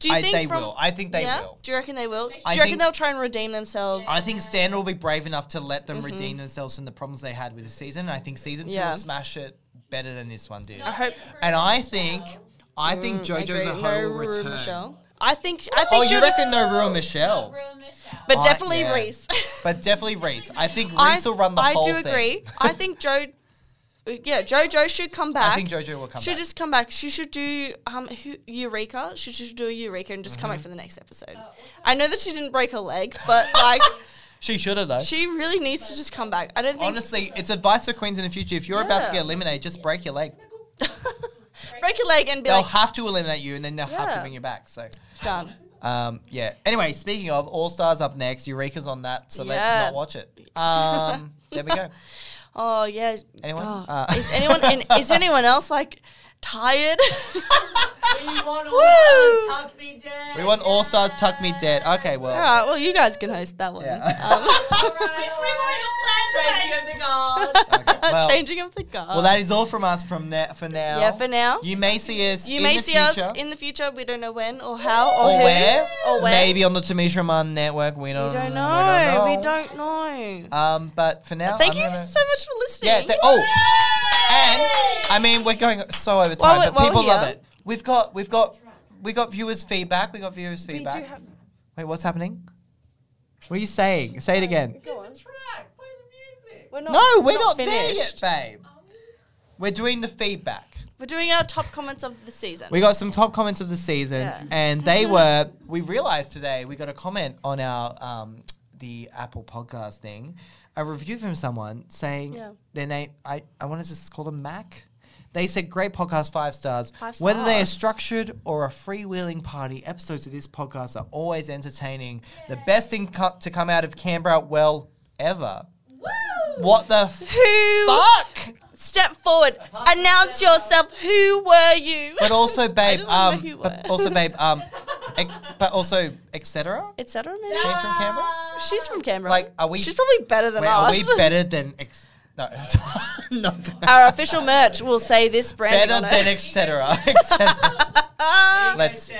B: Do you
A: I-
B: think
A: they
B: from-
A: will. I think they
B: yeah?
A: will.
B: Do you reckon they will? Do you
A: I
B: reckon
A: think-
B: they'll try and redeem themselves?
A: I think Stan will be brave enough to let them redeem themselves from the problems they had with the season. And I think season two
B: Mm-hmm. Yeah.
A: will smash it better than this one did.
B: I hope. Mm,
A: And I think, I think JoJo's
B: agree.
A: a
B: no
A: whole
B: Rue
A: return.
B: Michelle. I think. I think
A: Oh,
B: she'll
A: you
B: just,
A: reckon no real Michelle?
B: but
A: I-
B: definitely
A: yeah.
B: Reese.
A: But definitely Reese. I think
B: I-
A: Reese will run the
B: I
A: whole
B: do
A: thing.
B: agree. I think Joe. Yeah, JoJo should come back.
A: I think JoJo will come
B: She'll
A: back.
B: just come back. She should do um who, Eureka. She should do a Eureka and just come
A: Mm-hmm.
B: back for the next episode. I know that she didn't break her leg, but like
A: she should have though.
B: she really needs to just come back. I don't think
A: Honestly, it's advice for queens in the future. If you're about to
B: Yeah.
A: get eliminated, just break your leg.
B: break a leg and be
A: They'll
B: like
A: have to eliminate you, and then they'll have to
B: Yeah.
A: bring you back. So,
B: done.
A: um, yeah. Anyway, speaking of All Stars up next, Eureka's on that, so
B: Yeah.
A: let's not watch it. Um, there we go.
B: Oh yeah.
A: Anyone?
B: Oh.
A: Uh,
B: is anyone in, is anyone else like tired? Woo!
G: Tuck me down.
A: we want All Stars Tuck Me Dead. Okay, well.
B: All right, well you guys can host that one. Um,
A: well,
B: changing of the guard.
A: well, that is all from us from na- for now.
B: yeah, for now.
A: You may see us.
B: You
A: in
B: may
A: the
B: see
A: future.
B: us in the future. We don't know when or how or,
A: or
B: who
A: where,
B: or where.
A: maybe on the Tamisha Man network. We
B: We
A: don't,
B: don't
A: know.
B: know. We don't know.
A: Um, but for now,
B: Thank
A: I'm
B: you
A: gonna-
B: so much for listening.
A: Yeah. th- oh, and I mean, we're going so over time,
B: While we're-
A: but people
B: while we're
A: love
B: here-
A: it. We've got, we've got, we got viewers' feedback. We got viewers'
B: We do
A: feedback.
B: have-
A: Wait, what's happening? What are you saying? Say it again.
B: Go on. We're not,
A: No, we're not, there yet,
B: finished.
A: babe. We're doing the feedback.
B: We're doing our top comments of the season.
A: We got some top comments of the season,
B: Yeah.
A: and they were. We realized today we got a comment on our um, the Apple podcast thing, a review from someone saying
B: Yeah.
A: their name. I I want to just call them Mac. They said great podcast, five stars.
B: Five
A: Whether they are
B: stars.
A: structured or a freewheeling party, episodes of this podcast are always entertaining. The best thing co- to come out of Canberra, well, ever. What the
B: Who
A: fuck?
B: step forward? Announce yourself. Who were you?
A: But also, babe.
B: didn't wanna know who
A: Um,
B: you
A: but
B: were.
A: also, babe. Um, ec- but also, etc.
B: Etc.
A: Came
B: Maybe
A: from Canberra.
B: she's from Canberra.
A: Like, are we-
B: She's probably better than
A: Wait, are
B: us.
A: we better than? Ex- no, not gonna-
B: Our official merch will say this brand.
A: better than etc. etc.
B: Um,
A: Let's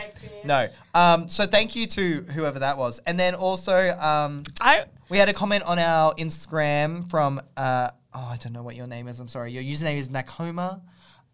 A: no. Um, so thank you to whoever that was, and then also um,
B: I.
A: we had a comment on our Instagram from uh, oh I don't know what your name is. I'm sorry. Your username is Nakoma.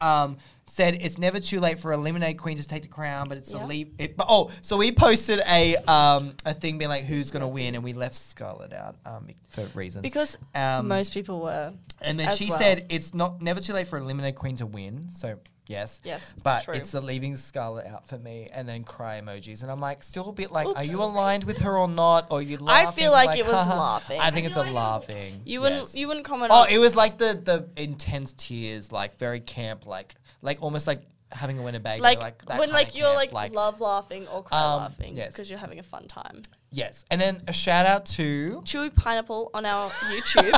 A: Um, said it's never too late for eliminate queen to take the crown, but it's
B: Yeah.
A: a leap. It, but oh, so we posted a um, a thing being like who's gonna win, and we left Scarlett out um, for reasons.
B: Because
A: Um,
B: most people were.
A: And then
B: as
A: she
B: well.
A: said, "It's not never too late for eliminate queen to win." So yes,
B: Yes,
A: but
B: true.
A: it's the leaving Scarlet out for me, and then cry emojis, and I'm like, still a bit like, are
B: Oops.
A: you aligned with her or not? Or you?
B: I
A: Laughing?
B: feel like it was
A: "Haha."
B: laughing.
A: I think it's a laughing.
B: You wouldn't.
A: yes.
B: You wouldn't comment.
A: Oh,
B: on
A: it was like the the intense tears, like very camp, like like almost like having a Winnebago,
B: like,
A: like, that
B: when
A: kinda
B: like you're
A: camp,
B: like, love laughing or cry
A: Um,
B: laughing
A: yes.
B: because you're having a fun time.
A: yes. And then a shout out to
B: Chewy pineapple on our YouTube.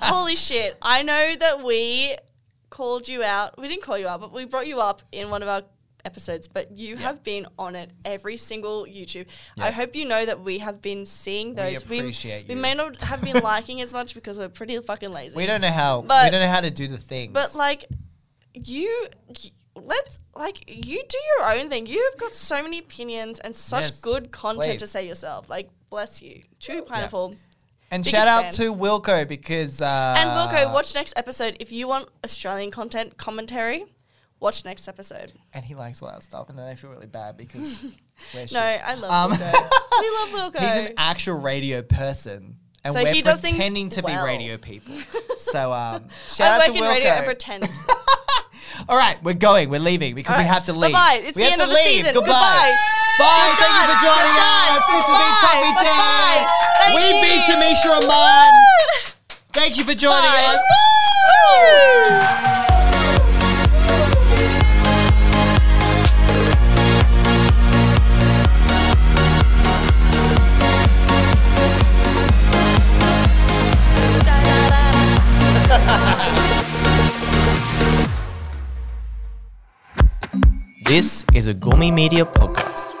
B: Holy shit! I know that we called you out. We didn't call you out, but we brought you up in one of our episodes. But you have been on it every single YouTube. I
A: Yes.
B: hope you know that we have been seeing those.
A: appreciate
B: we
A: you.
B: may not have been liking as much because we're pretty fucking lazy.
A: we don't know how we
B: But-
A: don't know how to do the things,
B: But like you y- let's like you do your own thing. You've got so many opinions and such
A: Yes.
B: good content to
A: Please.
B: say yourself. Like bless you. Chew pineapple.
A: and
B: biggest
A: shout out
B: fan.
A: to Wilco because uh,
B: And Wilco, watch next episode. If you want Australian content commentary, watch next episode.
A: and he likes all that stuff, and then I feel really bad because we're
B: No,
A: shit.
B: I love
A: Um,
B: Wilco. we love Wilco.
A: he's an actual radio person, and
B: So
A: we're
B: he does things
A: pretending to
B: well.
A: be radio people. So um,
B: I
A: shout out
B: work
A: to
B: in
A: Wilco.
B: radio and pretend.
A: all right, we're going, we're leaving because we
B: Alright,
A: have to leave.
B: bye-bye. It's
A: we
B: the
A: have
B: end
A: to
B: of the
A: leave.
B: season.
A: Goodbye.
B: Goodbye.
A: Bye.
B: You're
A: Thank you for
B: done.
A: joining
B: You're
A: us.
B: done.
A: This has been Top Me
B: Bye.
A: Ten.
B: Bye. Thank
A: We've been Tamisha
B: you.
A: Rahman. Thank you for joining
B: Bye.
A: us.
B: Woo!
A: This is a Gummy Media podcast.